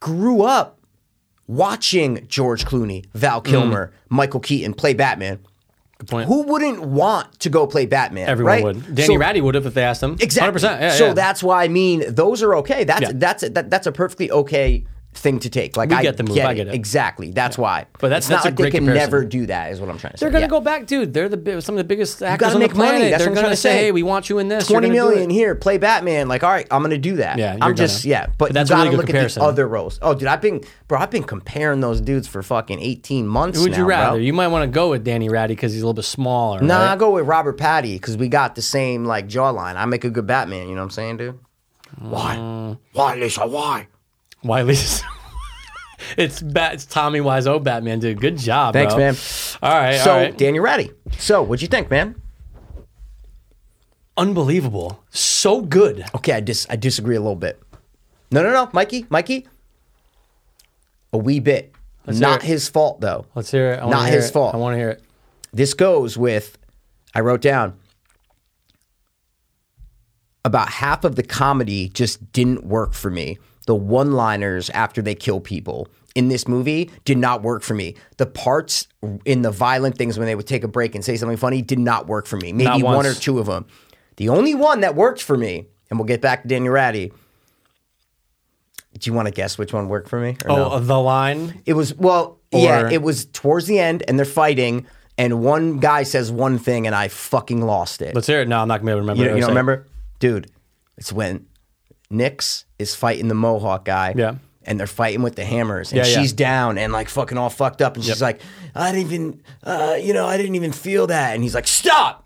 Speaker 1: grew up watching george clooney val kilmer michael keaton play batman
Speaker 2: Mm. Good point.
Speaker 1: who wouldn't want to go play batman
Speaker 2: Everyone
Speaker 1: right?
Speaker 2: would. Danny
Speaker 1: So-
Speaker 2: Ratty would have if they asked him.
Speaker 1: Exactly.
Speaker 2: 100%. Yeah,
Speaker 1: so
Speaker 2: yeah.
Speaker 1: that's why I mean those are okay. That's
Speaker 2: Yeah.
Speaker 1: that's that, that's a perfectly okay thing to take. Like I
Speaker 2: get the move. I get it.
Speaker 1: Exactly. That's why.
Speaker 2: But that's-
Speaker 1: It's not
Speaker 2: that's a
Speaker 1: like they
Speaker 2: great
Speaker 1: can
Speaker 2: comparison.
Speaker 1: never do that. Is what I'm trying to say.
Speaker 2: They're gonna
Speaker 1: Yeah.
Speaker 2: go back, dude. They're the bi- some of the biggest actors
Speaker 1: gotta
Speaker 2: on the
Speaker 1: make money.
Speaker 2: planet.
Speaker 1: That's
Speaker 2: They're
Speaker 1: what I'm trying
Speaker 2: gonna
Speaker 1: to
Speaker 2: say,
Speaker 1: say.
Speaker 2: "Hey, we want you in this." We're
Speaker 1: Twenty
Speaker 2: gonna do
Speaker 1: million
Speaker 2: it."
Speaker 1: here, play Batman. Like, all right, I'm gonna do that.
Speaker 2: Yeah,
Speaker 1: I'm
Speaker 2: you're
Speaker 1: just
Speaker 2: gonna.
Speaker 1: yeah, but,
Speaker 2: But that's
Speaker 1: you
Speaker 2: a
Speaker 1: gotta
Speaker 2: really good
Speaker 1: look
Speaker 2: comparison.
Speaker 1: at the other roles. Oh, dude, I've been bro, I've been comparing those dudes for fucking eighteen months.
Speaker 2: Who would you
Speaker 1: now,
Speaker 2: rather?
Speaker 1: Bro.
Speaker 2: You might want to go with Danny Ratty because he's a little bit smaller.
Speaker 1: Nah, I
Speaker 2: right?
Speaker 1: go with Robert Patty because we got the same like jawline. I make a good Batman. You know what I'm saying, dude?
Speaker 2: Mm.
Speaker 1: Why? Why, Lisa? Why?
Speaker 2: Wiley. it's bat. It's Tommy Wiseau, Batman, dude. Good job.
Speaker 1: Thanks,
Speaker 2: bro.
Speaker 1: man.
Speaker 2: All right,
Speaker 1: So
Speaker 2: all right.
Speaker 1: Daniel Ratty. So what'd you think, man?
Speaker 2: Unbelievable. So good.
Speaker 1: Okay, I dis I disagree a little bit. No, no, no, Mikey, Mikey, a wee bit. Not
Speaker 2: hear it.
Speaker 1: his fault though.
Speaker 2: Let's hear it. I wanna
Speaker 1: Not
Speaker 2: hear
Speaker 1: his
Speaker 2: it.
Speaker 1: fault.
Speaker 2: I want to hear it.
Speaker 1: This goes with. I wrote down. About half of the comedy just didn't work for me. The one-liners after they kill people in this movie did not work for me. The parts in the violent things when they would take a break and say something funny did not work for me. Maybe
Speaker 2: Not
Speaker 1: one
Speaker 2: once.
Speaker 1: or two of them. The only one that worked for me, and we'll get back to Daniel Ratty. Do you want to guess which one worked for me? or
Speaker 2: Oh,
Speaker 1: no?
Speaker 2: uh, the line.
Speaker 1: It was well, yeah.
Speaker 2: Or-
Speaker 1: It was towards the end, and they're fighting, and one guy says one thing, and I fucking lost it.
Speaker 2: Let's hear it. No, I'm not gonna be able to remember.
Speaker 1: you,
Speaker 2: what
Speaker 1: don't- you
Speaker 2: I was
Speaker 1: don't
Speaker 2: saying.
Speaker 1: remember, dude? It's when Nix is fighting the Mohawk guy.
Speaker 2: Yeah.
Speaker 1: And they're fighting with the hammers, and
Speaker 2: Yeah, yeah.
Speaker 1: she's down and like fucking all fucked up, and she's like, "I didn't even, uh, you know, I didn't even feel that." And he's like, "Stop,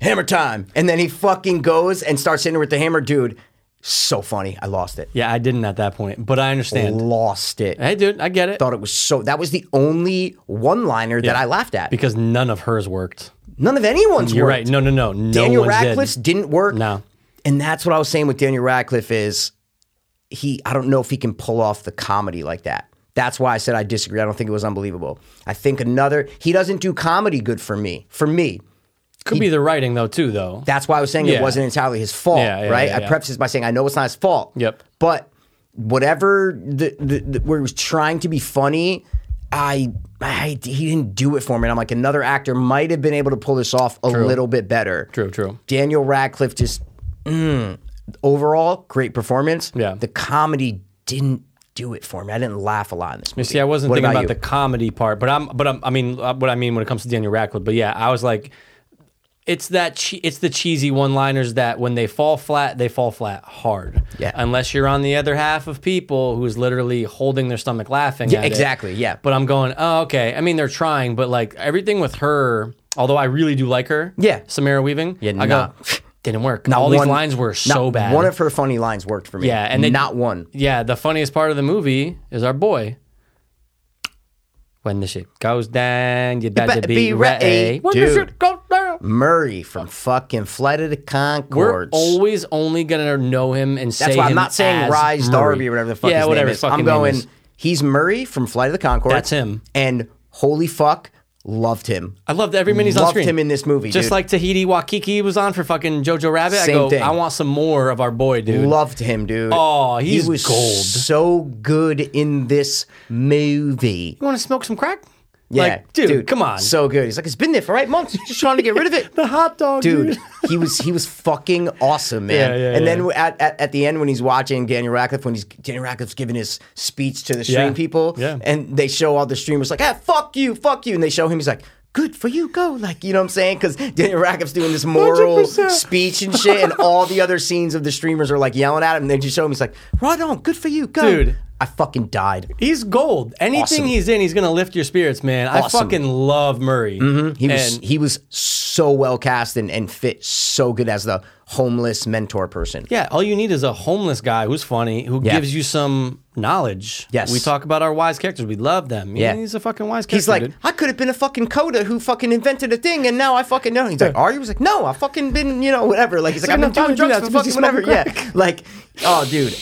Speaker 1: hammer time!" And then he fucking goes and starts hitting her with the hammer, dude. so funny. I lost it.
Speaker 2: Yeah, I didn't at that point, but I understand.
Speaker 1: Lost it.
Speaker 2: Hey, dude, I get it.
Speaker 1: Thought it was so. That was the only one-liner that I laughed at.
Speaker 2: Because none of hers worked.
Speaker 1: None of anyone's.
Speaker 2: You're
Speaker 1: worked.
Speaker 2: right. No, no, no. No
Speaker 1: Daniel
Speaker 2: one's did.
Speaker 1: Radcliffe didn't work.
Speaker 2: No.
Speaker 1: And that's what I was saying with Daniel Radcliffe is he I don't know if he can pull off the comedy like that. That's why I said I disagree. I don't think it was unbelievable. I think another he doesn't do comedy good for me. For me.
Speaker 2: Could be the writing though, too, though.
Speaker 1: That's why I was saying it
Speaker 2: Yeah.
Speaker 1: wasn't entirely his fault,
Speaker 2: Yeah, yeah,
Speaker 1: right?
Speaker 2: yeah,
Speaker 1: I
Speaker 2: yeah.
Speaker 1: prefaced this by saying I know it's not his fault.
Speaker 2: Yep.
Speaker 1: But whatever the, the, the where he was trying to be funny, I, I he didn't do it for me. And I'm like another actor might have been able to pull this off a little bit better.
Speaker 2: True, true.
Speaker 1: Daniel Radcliffe just mm. overall great performance.
Speaker 2: Yeah.
Speaker 1: the comedy didn't do it for me. I didn't laugh a lot in this movie.
Speaker 2: See, I wasn't
Speaker 1: What
Speaker 2: thinking about,
Speaker 1: about
Speaker 2: the comedy part, but I'm, but I'm, I mean, uh, what I mean when it comes to Daniel Radcliffe, but yeah, I was like, it's that, che- it's the cheesy one-liners that when they fall flat, they fall flat hard.
Speaker 1: Yeah.
Speaker 2: Unless you're on the other half of people who's literally holding their stomach laughing. Yeah,
Speaker 1: exactly, yeah.
Speaker 2: But I'm going, oh, okay. I mean, they're trying, but like everything with her, although I really do like her.
Speaker 1: Yeah.
Speaker 2: Samara Weaving. Yeah. I
Speaker 1: nah.
Speaker 2: go, didn't work. All these
Speaker 1: one-
Speaker 2: lines were so
Speaker 1: not
Speaker 2: bad.
Speaker 1: One of her funny lines worked for me.
Speaker 2: Yeah, and they-
Speaker 1: not one.
Speaker 2: Yeah, the funniest part of the movie is our boy. When the shit goes down, you better
Speaker 1: better
Speaker 2: be,
Speaker 1: be ready.
Speaker 2: ready. When the
Speaker 1: Dude.
Speaker 2: shit goes down.
Speaker 1: Murray from fucking Flight of the
Speaker 2: We're
Speaker 1: Concords.
Speaker 2: always only gonna know him and say
Speaker 1: That's why I'm
Speaker 2: him
Speaker 1: not saying
Speaker 2: as
Speaker 1: Rise
Speaker 2: Murray.
Speaker 1: Darby or whatever the fuck
Speaker 2: Yeah,
Speaker 1: his
Speaker 2: whatever
Speaker 1: name
Speaker 2: his
Speaker 1: is. I'm
Speaker 2: fucking
Speaker 1: going.
Speaker 2: Name is.
Speaker 1: He's Murray from Flight of the Concords.
Speaker 2: That's him.
Speaker 1: And holy fuck, loved him.
Speaker 2: I loved every minute he's on
Speaker 1: Loved
Speaker 2: screen.
Speaker 1: him in this movie,
Speaker 2: Just
Speaker 1: dude.
Speaker 2: like Tahiti Wakiki was on for fucking Jojo Rabbit.
Speaker 1: Same
Speaker 2: I go,
Speaker 1: thing.
Speaker 2: I want some more of our boy, dude.
Speaker 1: Loved him, dude.
Speaker 2: Aw, he's
Speaker 1: he was
Speaker 2: gold.
Speaker 1: so good in this movie.
Speaker 2: you want to smoke some crack?
Speaker 1: Yeah,
Speaker 2: like, dude, come on.
Speaker 1: So good. He's like, it's been there for eight months. Just trying to get rid of it.
Speaker 2: the hot dog,
Speaker 1: Dude, he was he was fucking awesome, man.
Speaker 2: Yeah, yeah,
Speaker 1: and then at, at, at the end when he's watching Daniel Radcliffe, when he's Daniel Radcliffe's giving his speech to the stream
Speaker 2: Yeah,
Speaker 1: people,
Speaker 2: yeah.
Speaker 1: and they show all the streamers like, ah, fuck you, fuck you, and they show him, he's like, good for you, go, like you know what I'm saying? Because Daniel Radcliffe's doing this moral
Speaker 2: 100%.
Speaker 1: speech and shit, and all the other scenes of the streamers are like yelling at him, and they just show him, he's like, right on, good for you, go,
Speaker 2: Dude.
Speaker 1: I fucking died.
Speaker 2: He's gold. Anything
Speaker 1: Awesome.
Speaker 2: he's in, he's gonna lift your spirits, man.
Speaker 1: Awesome. Mm-hmm.
Speaker 2: I fucking love Murray.
Speaker 1: He was
Speaker 2: And-
Speaker 1: he was so well cast and, and fit so good as the homeless mentor person.
Speaker 2: yeah, all you need is a homeless guy who's funny, who
Speaker 1: Yeah.
Speaker 2: gives you some knowledge.
Speaker 1: Yes.
Speaker 2: we talk about our wise characters. We love them.
Speaker 1: Yeah.
Speaker 2: Yeah, he's a fucking wise character.
Speaker 1: He's like,
Speaker 2: dude.
Speaker 1: I could have been a fucking coder who fucking invented a thing, and now I fucking know. He's like, are you? He's like, no, I fucking been, you know, whatever. Like, he's like, I've been
Speaker 2: like, no,
Speaker 1: doing
Speaker 2: don't do
Speaker 1: drugs
Speaker 2: that.
Speaker 1: for
Speaker 2: It's busy
Speaker 1: fucking whatever.
Speaker 2: smoking
Speaker 1: Yeah, like, oh, dude,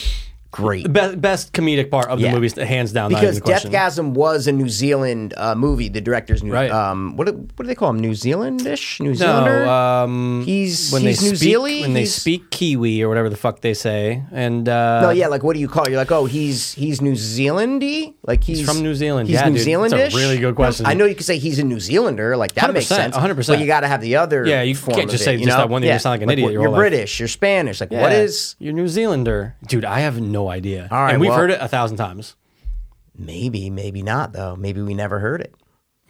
Speaker 1: great.
Speaker 2: best best comedic part of
Speaker 1: Yeah.
Speaker 2: the movie, hands down. not
Speaker 1: Because
Speaker 2: even a question.
Speaker 1: Deathgasm was a New Zealand uh, movie. The director's New,
Speaker 2: Right.
Speaker 1: um, what do- what do they call him? New Zealandish, New Zealander.
Speaker 2: No, um,
Speaker 1: he's
Speaker 2: when
Speaker 1: he's
Speaker 2: they
Speaker 1: New
Speaker 2: speak,
Speaker 1: Zealand.
Speaker 2: when they
Speaker 1: he's-
Speaker 2: speak Kiwi or whatever the fuck they say, and uh,
Speaker 1: No, yeah, like what do you call? it? You're like, oh, he's he's New Zealandy. Like he's,
Speaker 2: from New Zealand.
Speaker 1: He's
Speaker 2: Yeah,
Speaker 1: New
Speaker 2: dude. That's a
Speaker 1: Zealandish.
Speaker 2: really good question.
Speaker 1: I know you could say he's a New Zealander. Like that makes
Speaker 2: 100%,
Speaker 1: sense.
Speaker 2: 100%.
Speaker 1: But you got to have the other.
Speaker 2: Yeah, you
Speaker 1: form
Speaker 2: can't
Speaker 1: of
Speaker 2: just
Speaker 1: it,
Speaker 2: say
Speaker 1: you
Speaker 2: just
Speaker 1: know?
Speaker 2: that one thing, you sound like an idiot
Speaker 1: what-
Speaker 2: your
Speaker 1: You're
Speaker 2: whole life.
Speaker 1: British. You're Spanish. Like what
Speaker 2: Yeah.
Speaker 1: is
Speaker 2: You're New Zealander, dude? I have no idea. All
Speaker 1: right,
Speaker 2: and we've
Speaker 1: well-
Speaker 2: heard it a thousand times.
Speaker 1: maybe maybe not though. Maybe we never heard it.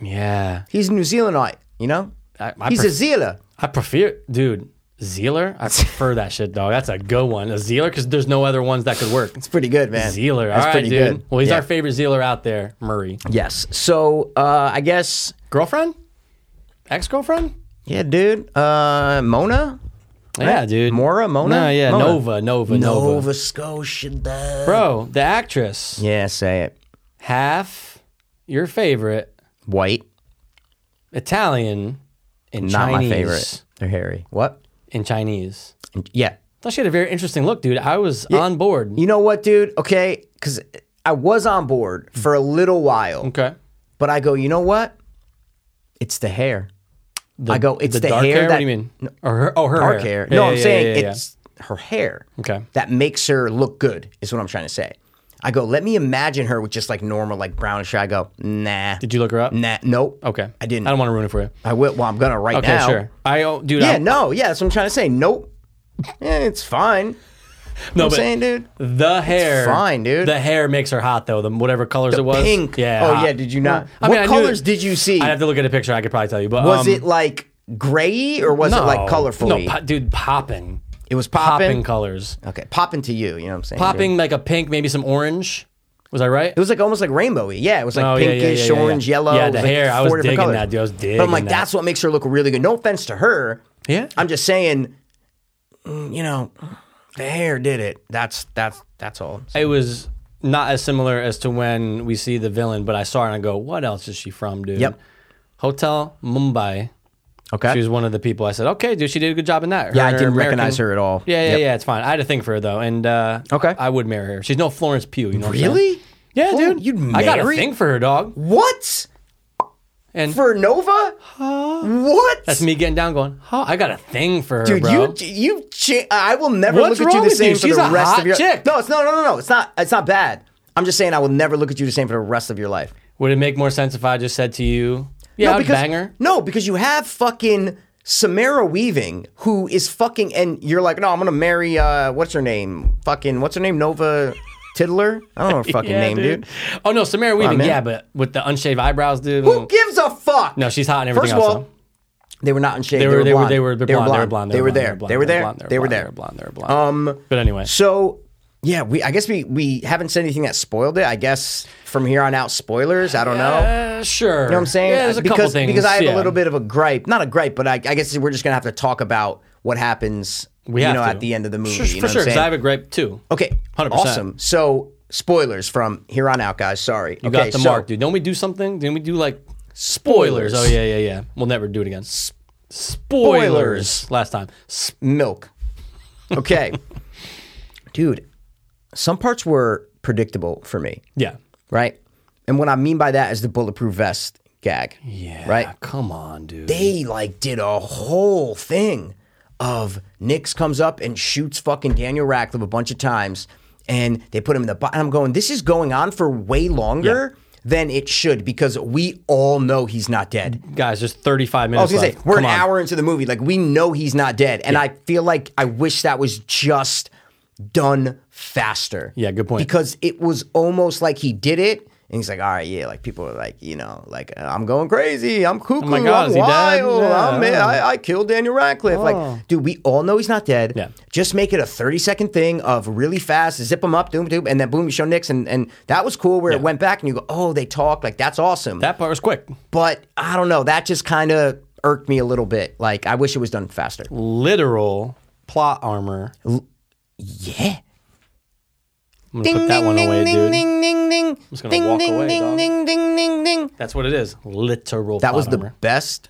Speaker 2: Yeah,
Speaker 1: He's a New Zealandite. You know,
Speaker 2: I- I
Speaker 1: he's
Speaker 2: pref-
Speaker 1: a Zealer.
Speaker 2: I prefer, dude. Zealer, I prefer that shit, dog. That's a good one. A Zealer, because there's no other ones that could work.
Speaker 1: It's pretty good, man.
Speaker 2: Zealer,
Speaker 1: That's
Speaker 2: all right,
Speaker 1: pretty
Speaker 2: dude.
Speaker 1: good.
Speaker 2: Well, he's
Speaker 1: Yeah.
Speaker 2: our favorite Zealer out there, Murray.
Speaker 1: Yes. So uh, I guess
Speaker 2: Girlfriend, ex girlfriend.
Speaker 1: yeah, dude. Uh, Mona.
Speaker 2: Yeah, dude.
Speaker 1: Mora, Mona?
Speaker 2: No, yeah,
Speaker 1: Mona.
Speaker 2: Nova, Nova, Nova,
Speaker 1: Nova Scotia. duh.
Speaker 2: Bro, the actress,
Speaker 1: Yeah, say it.
Speaker 2: half your favorite
Speaker 1: White.
Speaker 2: Italian and
Speaker 1: Not
Speaker 2: Chinese.
Speaker 1: my favorite. They're hairy. What?
Speaker 2: In Chinese.
Speaker 1: Yeah.
Speaker 2: Thought she had a very interesting look, dude. I was on board.
Speaker 1: You know what, dude? Okay, because I was on board for a little while,
Speaker 2: Okay.
Speaker 1: but I go, you know what? It's the hair. I go, it's the,
Speaker 2: dark
Speaker 1: hair, that
Speaker 2: what do you mean? or her, oh, her
Speaker 1: dark hair.
Speaker 2: hair.
Speaker 1: no,
Speaker 2: Yeah,
Speaker 1: I'm
Speaker 2: yeah,
Speaker 1: saying
Speaker 2: yeah, yeah, yeah.
Speaker 1: it's her hair.
Speaker 2: Okay.
Speaker 1: That makes her look good. Is what I'm trying to say. I go, let me imagine her with just like normal, like brownish hair. I go, nah.
Speaker 2: Did you look her up?
Speaker 1: Nah, nope.
Speaker 2: Okay.
Speaker 1: I didn't.
Speaker 2: I don't want to ruin it for you.
Speaker 1: I will. Well, I'm gonna right
Speaker 2: Okay,
Speaker 1: now.
Speaker 2: sure. I oh, dude.
Speaker 1: Yeah,
Speaker 2: I'm-
Speaker 1: no, yeah, that's what I'm trying to say. Nope. Yeah, it's fine.
Speaker 2: no,
Speaker 1: I'm
Speaker 2: but
Speaker 1: saying, dude.
Speaker 2: the hair.
Speaker 1: fine, dude.
Speaker 2: The hair makes her hot though. The whatever colors it was.
Speaker 1: Pink.
Speaker 2: Yeah.
Speaker 1: Oh
Speaker 2: hot.
Speaker 1: yeah. Did you not?
Speaker 2: I
Speaker 1: what
Speaker 2: mean, I knew-
Speaker 1: colors did you see?
Speaker 2: I'd have to look at a picture. I could probably tell you. But
Speaker 1: was
Speaker 2: um,
Speaker 1: it like gray or was it like
Speaker 2: no.
Speaker 1: colorful?
Speaker 2: No, po- dude, popping.
Speaker 1: it was
Speaker 2: Popping,
Speaker 1: popping.
Speaker 2: colors.
Speaker 1: Okay, popping to you. You know what I'm saying? dude?
Speaker 2: Popping like a pink, maybe some orange. Was I right?
Speaker 1: It was like almost like rainbowy. Yeah, it was like
Speaker 2: Oh, yeah, yeah,
Speaker 1: pinkish,
Speaker 2: yeah, yeah,
Speaker 1: orange,
Speaker 2: yeah.
Speaker 1: yellow.
Speaker 2: Yeah,
Speaker 1: It was
Speaker 2: the
Speaker 1: like
Speaker 2: hair, I
Speaker 1: four
Speaker 2: was
Speaker 1: different
Speaker 2: digging
Speaker 1: colors.
Speaker 2: that, dude. I was
Speaker 1: But I'm
Speaker 2: digging
Speaker 1: like,
Speaker 2: that.
Speaker 1: that's what makes her look really good. No offense to her.
Speaker 2: Yeah.
Speaker 1: I'm just saying, mm, you know, The hair did it. That's that's that's all.
Speaker 2: It was not as similar as to when we see the villain, but I saw her and I go, "What else is she from, dude?"
Speaker 1: Yep.
Speaker 2: Hotel Mumbai.
Speaker 1: Okay.
Speaker 2: She was one of the people I said, "Okay, dude, she did a good job in that." Her
Speaker 1: yeah, I
Speaker 2: and her
Speaker 1: didn't
Speaker 2: American-
Speaker 1: recognize her at all.
Speaker 2: Yeah, yeah,
Speaker 1: Yep.
Speaker 2: yeah. It's fine. I had a thing for her though, and uh,
Speaker 1: Okay.
Speaker 2: I would marry her. She's no Florence Pugh. You know? what I'm
Speaker 1: Really?
Speaker 2: saying? Yeah,
Speaker 1: Flo-
Speaker 2: dude.
Speaker 1: you'd
Speaker 2: I got a
Speaker 1: marry-
Speaker 2: thing for her, dog.
Speaker 1: What?
Speaker 2: And
Speaker 1: For Nova? What?
Speaker 2: that's me getting down, going, "Huh?" I got a thing for her,
Speaker 1: Dude,
Speaker 2: bro.
Speaker 1: you you cha- I will never
Speaker 2: What's
Speaker 1: look at you
Speaker 2: wrong
Speaker 1: the
Speaker 2: with
Speaker 1: same
Speaker 2: you?
Speaker 1: for
Speaker 2: She's
Speaker 1: the
Speaker 2: a
Speaker 1: rest of
Speaker 2: hot
Speaker 1: your
Speaker 2: chick.
Speaker 1: No, it's no, no, no, no. It's not. It's not bad. I'm just saying I will never look at you the same for the rest of your life.
Speaker 2: Would it make more sense if I just said to you, "Yeah,
Speaker 1: no,
Speaker 2: I'd
Speaker 1: because,
Speaker 2: bang her"?
Speaker 1: No, because you have fucking Samara Weaving, who is fucking, and you're like, no, I'm gonna marry. uh What's her name? Fucking what's her name? Nova Tiddler. I don't know her fucking
Speaker 2: Yeah,
Speaker 1: name, dude.
Speaker 2: Oh no, Samara Weaving.
Speaker 1: man.
Speaker 2: yeah, but with the unshaved eyebrows, dude.
Speaker 1: Who gives a fuck?
Speaker 2: No, she's hot and everything
Speaker 1: First of
Speaker 2: else,
Speaker 1: all,
Speaker 2: though.
Speaker 1: they were not in shape. They
Speaker 2: They were
Speaker 1: were
Speaker 2: they were
Speaker 1: blonde.
Speaker 2: they were they're blonde, they're blonde,
Speaker 1: They were
Speaker 2: blonde,
Speaker 1: there.
Speaker 2: blonde,
Speaker 1: They were there.
Speaker 2: blonde,
Speaker 1: They were
Speaker 2: blonde,
Speaker 1: there.
Speaker 2: blonde, They were blonde. Um, but anyway,
Speaker 1: So yeah, we I guess we we haven't said anything that spoiled it. I guess from here on out, spoilers. I don't know.
Speaker 2: Uh, sure.
Speaker 1: You know what I'm saying?
Speaker 2: Yeah, there's a
Speaker 1: because,
Speaker 2: couple things.
Speaker 1: Because I have
Speaker 2: yeah.
Speaker 1: a little bit of a gripe. Not a gripe, but I, I guess we're just gonna have to talk about what happens
Speaker 2: We
Speaker 1: you
Speaker 2: have
Speaker 1: know
Speaker 2: to.
Speaker 1: at the end of the movie.
Speaker 2: Sure,
Speaker 1: you know
Speaker 2: for sure,
Speaker 1: what I'm
Speaker 2: because I have
Speaker 1: saying?
Speaker 2: a gripe too.
Speaker 1: okay.
Speaker 2: 100%.
Speaker 1: Awesome. So spoilers from here on out, guys. Sorry.
Speaker 2: You
Speaker 1: okay,
Speaker 2: got the
Speaker 1: so,
Speaker 2: mark, dude. Don't we do something? Didn't we do like spoilers? Oh yeah, yeah, yeah. We'll never do it again. Spoilers. Last time. Sp-
Speaker 1: milk. Okay. Dude, some parts were predictable for me.
Speaker 2: yeah.
Speaker 1: right? And what I mean by that is the bulletproof vest gag.
Speaker 2: Yeah.
Speaker 1: Right?
Speaker 2: Come on, dude.
Speaker 1: They like did a whole thing of Nix comes up and shoots fucking Daniel Radcliffe a bunch of times and they put him in the bottom. I'm going, this is going on for way longer than it should because we all know he's not dead.
Speaker 2: Guys, there's 35
Speaker 1: Oh,
Speaker 2: minutes
Speaker 1: I was gonna
Speaker 2: left.
Speaker 1: say we're
Speaker 2: Come
Speaker 1: an
Speaker 2: on.
Speaker 1: hour into the movie, like we know he's not dead, and I feel like I wish that was just done faster.
Speaker 2: Yeah, good point.
Speaker 1: Because it was almost like he did it, and he's like, "All right, yeah," like people are like, you know, like uh, I'm going crazy, I'm cuckoo,
Speaker 2: Oh my God,
Speaker 1: I'm
Speaker 2: is he dead?
Speaker 1: wild,
Speaker 2: Yeah,
Speaker 1: I'm,
Speaker 2: oh.
Speaker 1: I, I killed Daniel Radcliffe. Like, dude, we all know he's not dead.
Speaker 2: Yeah.
Speaker 1: Just make it a 30 second thing of really fast, zip him up, doom, doom, and then boom, you show Nix, and and that was cool. Where it went back, and you go, "Oh, they talk like that's awesome."
Speaker 2: That part was quick.
Speaker 1: but I don't know. That just kind of irked me a little bit. Like I wish it was done faster.
Speaker 2: Literal plot armor.
Speaker 1: Yeah.
Speaker 2: I'm gonna put that one away, dude.
Speaker 1: ding, ding, ding. I'm
Speaker 2: just gonna walk away, dog.
Speaker 1: ding, ding, ding, ding.
Speaker 2: That's what it is. Literal.
Speaker 1: That was
Speaker 2: plot
Speaker 1: the
Speaker 2: armor.
Speaker 1: best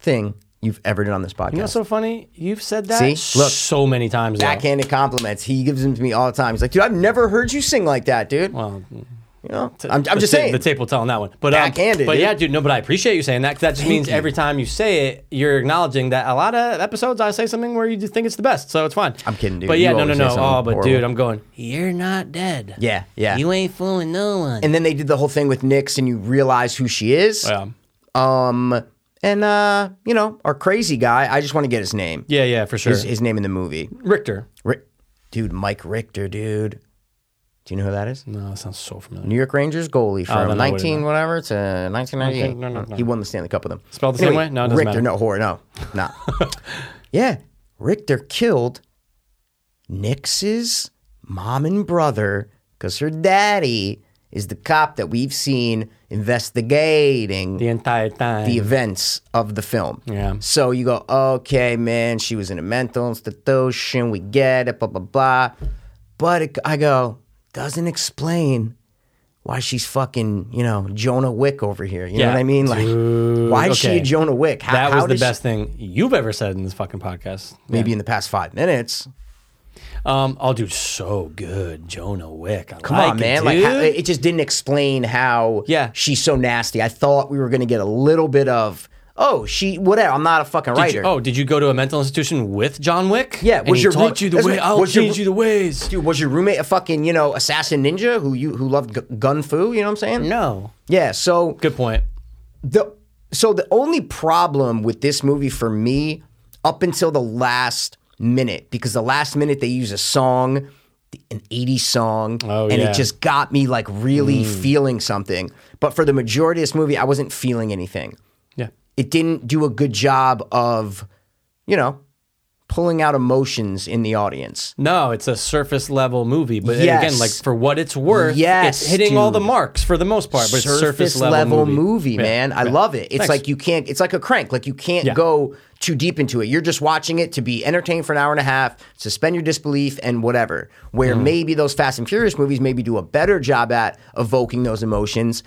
Speaker 1: thing you've ever done on this podcast.
Speaker 2: You know what's so funny? You've said that
Speaker 1: See? Look.
Speaker 2: so many times. now.
Speaker 1: Backhanded compliments. He gives them to me all the time. He's like, dude, I've never heard you sing like that, dude.
Speaker 2: Well,
Speaker 1: you know, I'm, I'm
Speaker 2: the
Speaker 1: just
Speaker 2: ta-
Speaker 1: saying.
Speaker 2: the tape will tell on that one. But um,
Speaker 1: Backhanded,
Speaker 2: but
Speaker 1: dude.
Speaker 2: yeah, dude. No, but I appreciate you saying that because that just means every time you say it, you're acknowledging that a lot of episodes I say something where you just think it's the best, so it's fine.
Speaker 1: I'm kidding, dude.
Speaker 2: But yeah,
Speaker 1: You
Speaker 2: no, no,
Speaker 1: always say
Speaker 2: no.
Speaker 1: something
Speaker 2: Oh, but dude,
Speaker 1: horrible.
Speaker 2: I'm going. You're not dead.
Speaker 1: yeah, yeah.
Speaker 2: You ain't fooling no one. Oh,
Speaker 1: and then they did the whole thing with Nyx, and you realize who she is.
Speaker 2: yeah.
Speaker 1: Um, and uh, you know, our crazy guy. I just want to get his name.
Speaker 2: Yeah, yeah, for sure.
Speaker 1: His, his name in the movie.
Speaker 2: Richter.
Speaker 1: Rick, dude, Mike Richter, dude. Do you know who that is?
Speaker 2: No, that sounds so familiar.
Speaker 1: New York Rangers goalie from
Speaker 2: then I wouldn't
Speaker 1: 19 whatever to 1998.
Speaker 2: No, no, no, no.
Speaker 1: He won the Stanley Cup with them.
Speaker 2: Spelled the same way? No, it doesn't
Speaker 1: Richter,
Speaker 2: matter.
Speaker 1: no, horror, no, not. yeah, Richter killed Nix's mom and brother because her daddy is the cop that we've seen investigating
Speaker 2: The entire time.
Speaker 1: the events of the film.
Speaker 2: Yeah.
Speaker 1: So you go, okay, man, she was in a mental institution. We get it, blah blah blah. But it, I go, doesn't explain why she's fucking, you know, Jonah Wick over here. You know
Speaker 2: Yeah.
Speaker 1: what I mean? Like, why is she
Speaker 2: okay.
Speaker 1: a Jonah Wick? How,
Speaker 2: that
Speaker 1: how
Speaker 2: was the
Speaker 1: does she-
Speaker 2: best thing you've ever said in this fucking podcast.
Speaker 1: maybe in the past five minutes.
Speaker 2: Um, I'll do so good, Jonah Wick. I
Speaker 1: Come
Speaker 2: like
Speaker 1: on,
Speaker 2: it,
Speaker 1: man. Like, how,
Speaker 2: dude.
Speaker 1: it just didn't explain how
Speaker 2: Yeah.
Speaker 1: she's so nasty. I thought we were gonna get a little bit of, oh, she whatever. I'm not a fucking
Speaker 2: Did
Speaker 1: writer.
Speaker 2: you- oh, did you go to a mental institution with John Wick?
Speaker 1: uh, Yeah,
Speaker 2: and
Speaker 1: was
Speaker 2: he
Speaker 1: your
Speaker 2: taught
Speaker 1: roo-
Speaker 2: you the
Speaker 1: that's
Speaker 2: way?
Speaker 1: what-
Speaker 2: I'll
Speaker 1: was your
Speaker 2: teach
Speaker 1: roo-
Speaker 2: you the ways.
Speaker 1: Dude, was your roommate a fucking you know assassin ninja who you who loved gu- gun fu? You know what I'm saying?
Speaker 2: No,
Speaker 1: Yeah. So
Speaker 2: good point.
Speaker 1: the so the only problem with this movie for me up until the last minute because the last minute they use a song an 80s song
Speaker 2: Oh,
Speaker 1: and
Speaker 2: yeah. Mm.
Speaker 1: it just got me like really feeling something but for the majority of this movie i wasn't feeling anything
Speaker 2: Yeah,
Speaker 1: it didn't do a good job of, you know, pulling out emotions in the audience.
Speaker 2: No, it's a surface level movie, but
Speaker 1: Yes.
Speaker 2: again, like for what it's worth,
Speaker 1: Yes,
Speaker 2: it's hitting all the
Speaker 1: dude.
Speaker 2: marks for the most part. But it's
Speaker 1: surface, level, movie,
Speaker 2: Yeah,
Speaker 1: man. I
Speaker 2: yeah.
Speaker 1: love it. It's
Speaker 2: Thanks.
Speaker 1: like you can't. It's like a crank. Like you can't
Speaker 2: Yeah.
Speaker 1: go too deep into it. You're just watching it to be entertained for an hour and a half, suspend your disbelief, and whatever.
Speaker 2: Mm.
Speaker 1: Where maybe those Fast and Furious movies maybe do a better job at evoking those emotions.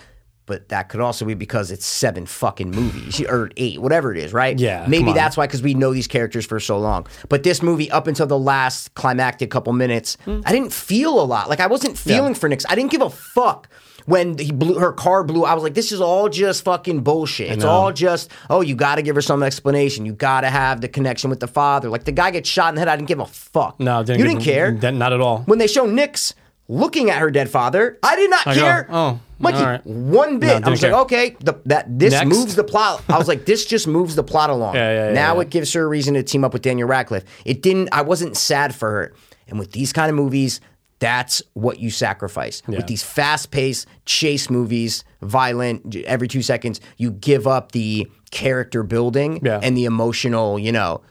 Speaker 1: But that could also be because it's seven fucking movies or eight, whatever it is, right?
Speaker 2: Yeah, come
Speaker 1: Maybe
Speaker 2: on.
Speaker 1: that's why, because we know these characters for so long. But this movie, up until the last climactic couple minutes, I didn't feel a lot. Like I wasn't feeling for Nix. I didn't give a fuck when he blew her car blew. I was like, this is all just fucking bullshit. It's all just oh, you got to give her some explanation. You got to have the connection with the father. Like the guy gets shot in the head. I didn't give a fuck.
Speaker 2: No, didn't
Speaker 1: you
Speaker 2: give
Speaker 1: didn't
Speaker 2: a-
Speaker 1: care.
Speaker 2: that- not at all.
Speaker 1: When they show Nix looking at her dead father, I did not
Speaker 2: I go,
Speaker 1: care.
Speaker 2: oh,
Speaker 1: Mikey,
Speaker 2: all right.
Speaker 1: one bit. I
Speaker 2: didn't
Speaker 1: was
Speaker 2: care.
Speaker 1: like, okay, the, that this
Speaker 2: Next.
Speaker 1: moves the plot. I was like, this just moves the plot along.
Speaker 2: Yeah, yeah, yeah,
Speaker 1: now
Speaker 2: yeah.
Speaker 1: it gives her a reason to team up with Daniel Radcliffe. It didn't. I wasn't sad for her. And with these kind of movies, that's what you sacrifice.
Speaker 2: Yeah.
Speaker 1: With these fast-paced chase movies, violent j- every two seconds, you give up the character building
Speaker 2: Yeah.
Speaker 1: and the emotional, you know,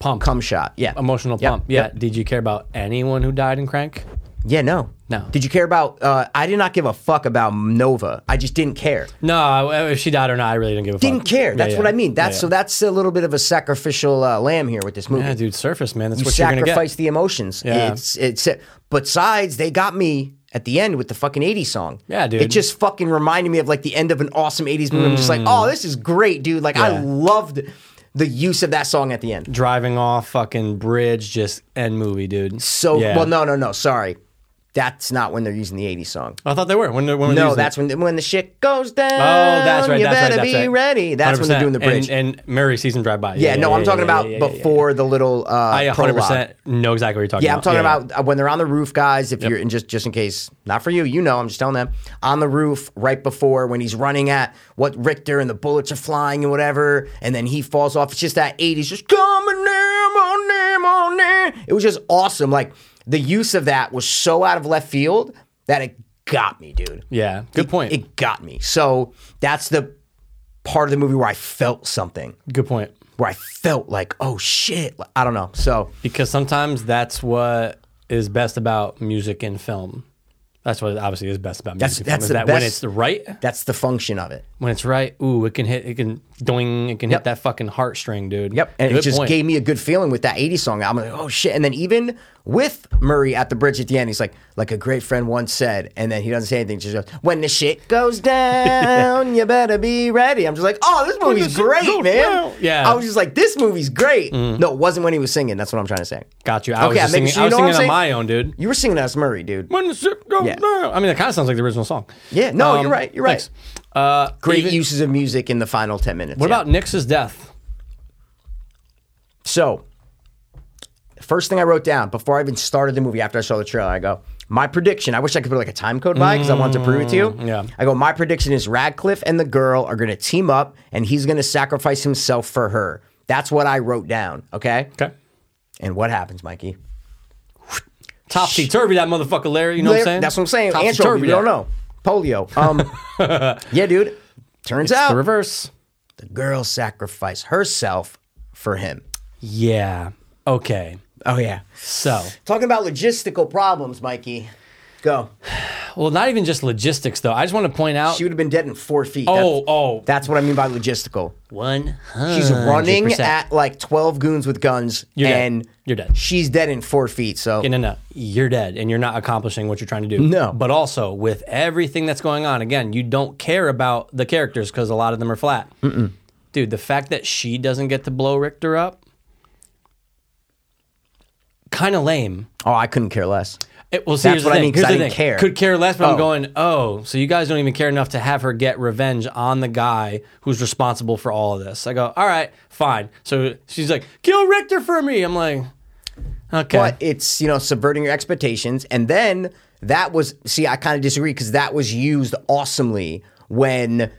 Speaker 2: pump,
Speaker 1: cum shot. Yeah,
Speaker 2: emotional
Speaker 1: Yep,
Speaker 2: pump. Yeah.
Speaker 1: yep.
Speaker 2: Did you care about anyone who died in Crank?
Speaker 1: Yeah, no.
Speaker 2: No.
Speaker 1: Did you care about uh I did not give a fuck about Nova. I just didn't care.
Speaker 2: No, I- if she died or not, I really didn't give a
Speaker 1: Didn't
Speaker 2: fuck.
Speaker 1: care.
Speaker 2: Yeah,
Speaker 1: That's
Speaker 2: yeah.
Speaker 1: what I mean.
Speaker 2: Yeah,
Speaker 1: That's
Speaker 2: yeah.
Speaker 1: so that's a little bit of a sacrificial uh, lamb here with this movie.
Speaker 2: Yeah, dude, surface man. That's
Speaker 1: you
Speaker 2: what you're gonna get.
Speaker 1: sacrifice the emotions.
Speaker 2: Yeah.
Speaker 1: It's it's besides they got me at the end with the fucking 80s song.
Speaker 2: Yeah, dude.
Speaker 1: It just fucking reminded me of like the end of an awesome 80s movie. I'm just like, oh, this is great, dude. Like I
Speaker 2: Mm. Yeah.
Speaker 1: loved the use of that song at the end.
Speaker 2: Driving off fucking bridge, just end movie, dude.
Speaker 1: So
Speaker 2: Yeah.
Speaker 1: well, no, no, no, sorry. That's not when they're using the 80s song.
Speaker 2: I thought they were. When, they- when were they
Speaker 1: No,
Speaker 2: using it?
Speaker 1: that's when when the shit goes down.
Speaker 2: Oh, that's right.
Speaker 1: You
Speaker 2: that's
Speaker 1: better
Speaker 2: right, that's
Speaker 1: be
Speaker 2: right.
Speaker 1: ready. That's when they're
Speaker 2: 100%.
Speaker 1: doing the bridge.
Speaker 2: And, and Mary sees him drive by.
Speaker 1: yeah, no, I'm talking
Speaker 2: yeah,
Speaker 1: about
Speaker 2: yeah, yeah, yeah, yeah.
Speaker 1: before the little uh,
Speaker 2: I 100
Speaker 1: prologue.
Speaker 2: percent know exactly what you're talking
Speaker 1: Yeah, I'm
Speaker 2: about.
Speaker 1: talking about uh, when they're on the roof, guys. If you're and just just in case, not for you, you know, I'm just telling them on the roof right before when he's running at what Richter and the bullets are flying and whatever, and then he falls off. It's just that 80s, just coming in, on in, on in. oh, It was just awesome. Like the use of that was so out of left field that it got me, dude.
Speaker 2: Yeah, good point.
Speaker 1: It got me. So that's the part of the movie where I felt something,
Speaker 2: good point.
Speaker 1: where I felt like, oh shit, Like, I don't know. So
Speaker 2: Because sometimes that's what is best about music and film. That's what obviously is best about
Speaker 1: That's-
Speaker 2: music. and
Speaker 1: that's
Speaker 2: film, is
Speaker 1: the
Speaker 2: that when
Speaker 1: best-
Speaker 2: it's the right,
Speaker 1: that's the function of it.
Speaker 2: when it's right. Ooh, it can hit. It can doing. It can
Speaker 1: Yep.
Speaker 2: hit that fucking heartstring,
Speaker 1: And
Speaker 2: dude. good
Speaker 1: it just
Speaker 2: point.
Speaker 1: gave me a good feeling with that 80s song. I'm like, oh shit. And then even with Murray at the bridge at the end, he's like, like a great friend once said, and then he doesn't say anything. Just goes, when the shit goes down, you better be ready. I'm just like, oh, this movie's
Speaker 2: shit
Speaker 1: great,
Speaker 2: goes
Speaker 1: man.
Speaker 2: down. Yeah. Mm-hmm.
Speaker 1: I was just like, this movie's great. No, it wasn't when he was singing. That's what I'm trying to say.
Speaker 2: Got you. I was
Speaker 1: Okay,
Speaker 2: just
Speaker 1: maybe
Speaker 2: singing,
Speaker 1: so
Speaker 2: I
Speaker 1: you know
Speaker 2: was
Speaker 1: what
Speaker 2: singing
Speaker 1: I'm
Speaker 2: on
Speaker 1: saying?
Speaker 2: my own, dude.
Speaker 1: You were singing as Murray, dude.
Speaker 2: When the ship goes
Speaker 1: Yeah.
Speaker 2: down. I mean, it kind of sounds like the original song. Um,
Speaker 1: Yeah, no, you're right, you're right.
Speaker 2: thanks. Uh,
Speaker 1: Great
Speaker 2: even-
Speaker 1: uses of music in the final 10 minutes.
Speaker 2: What about Nix's death?
Speaker 1: So, first thing I wrote down before I even started the movie, after I saw the trailer, I go, my prediction. I wish I could put like a time code by because I wanted to prove it to you.
Speaker 2: yeah.
Speaker 1: I go, my prediction is Radcliffe and the girl are going to team up, and he's going to sacrifice himself for her. That's what I wrote down. Okay.
Speaker 2: Okay.
Speaker 1: And what happens, Mikey?
Speaker 2: Topsy turvy that motherfucker, Larry. You know what I'm saying?
Speaker 1: That's what I'm saying.
Speaker 2: Topsy-turvy
Speaker 1: Anchovy. We
Speaker 2: that.
Speaker 1: don't know. Polio. Um. yeah, dude. Turns
Speaker 2: The
Speaker 1: out
Speaker 2: reverse.
Speaker 1: the girl sacrificed herself for him.
Speaker 2: Yeah. Okay.
Speaker 1: Oh yeah.
Speaker 2: So,
Speaker 1: Talking about logistical problems, Mikey. Go.
Speaker 2: well, not even just logistics though. I just want to point out.
Speaker 1: She would have been dead in four feet.
Speaker 2: oh,
Speaker 1: that's,
Speaker 2: oh,
Speaker 1: that's what I mean by logistical.
Speaker 2: one.
Speaker 1: She's running at like twelve goons with guns,
Speaker 2: You're dead.
Speaker 1: and
Speaker 2: You're dead.
Speaker 1: She's dead in four feet. So
Speaker 2: No, no, you're dead, and you're not accomplishing what you're trying to do.
Speaker 1: No.
Speaker 2: But also with everything that's going on, again, you don't care about the characters because a lot of them are flat. Dude, the fact that she doesn't get to blow Richter up, kind of lame.
Speaker 1: oh, I couldn't care less.
Speaker 2: It, well, see,
Speaker 1: That's
Speaker 2: here's the
Speaker 1: what I
Speaker 2: thing.
Speaker 1: mean, 'cause
Speaker 2: Here's
Speaker 1: I
Speaker 2: the
Speaker 1: didn't
Speaker 2: thing.
Speaker 1: care.
Speaker 2: Could care less, but
Speaker 1: Oh.
Speaker 2: I'm going. Oh, so you guys don't even care enough to have her get revenge on the guy who's responsible for all of this. I go, all right, fine. So she's like, kill Richter for me. I'm like, okay,
Speaker 1: But it's you know subverting your expectations, and then that was see, I kind of disagree because that was used awesomely when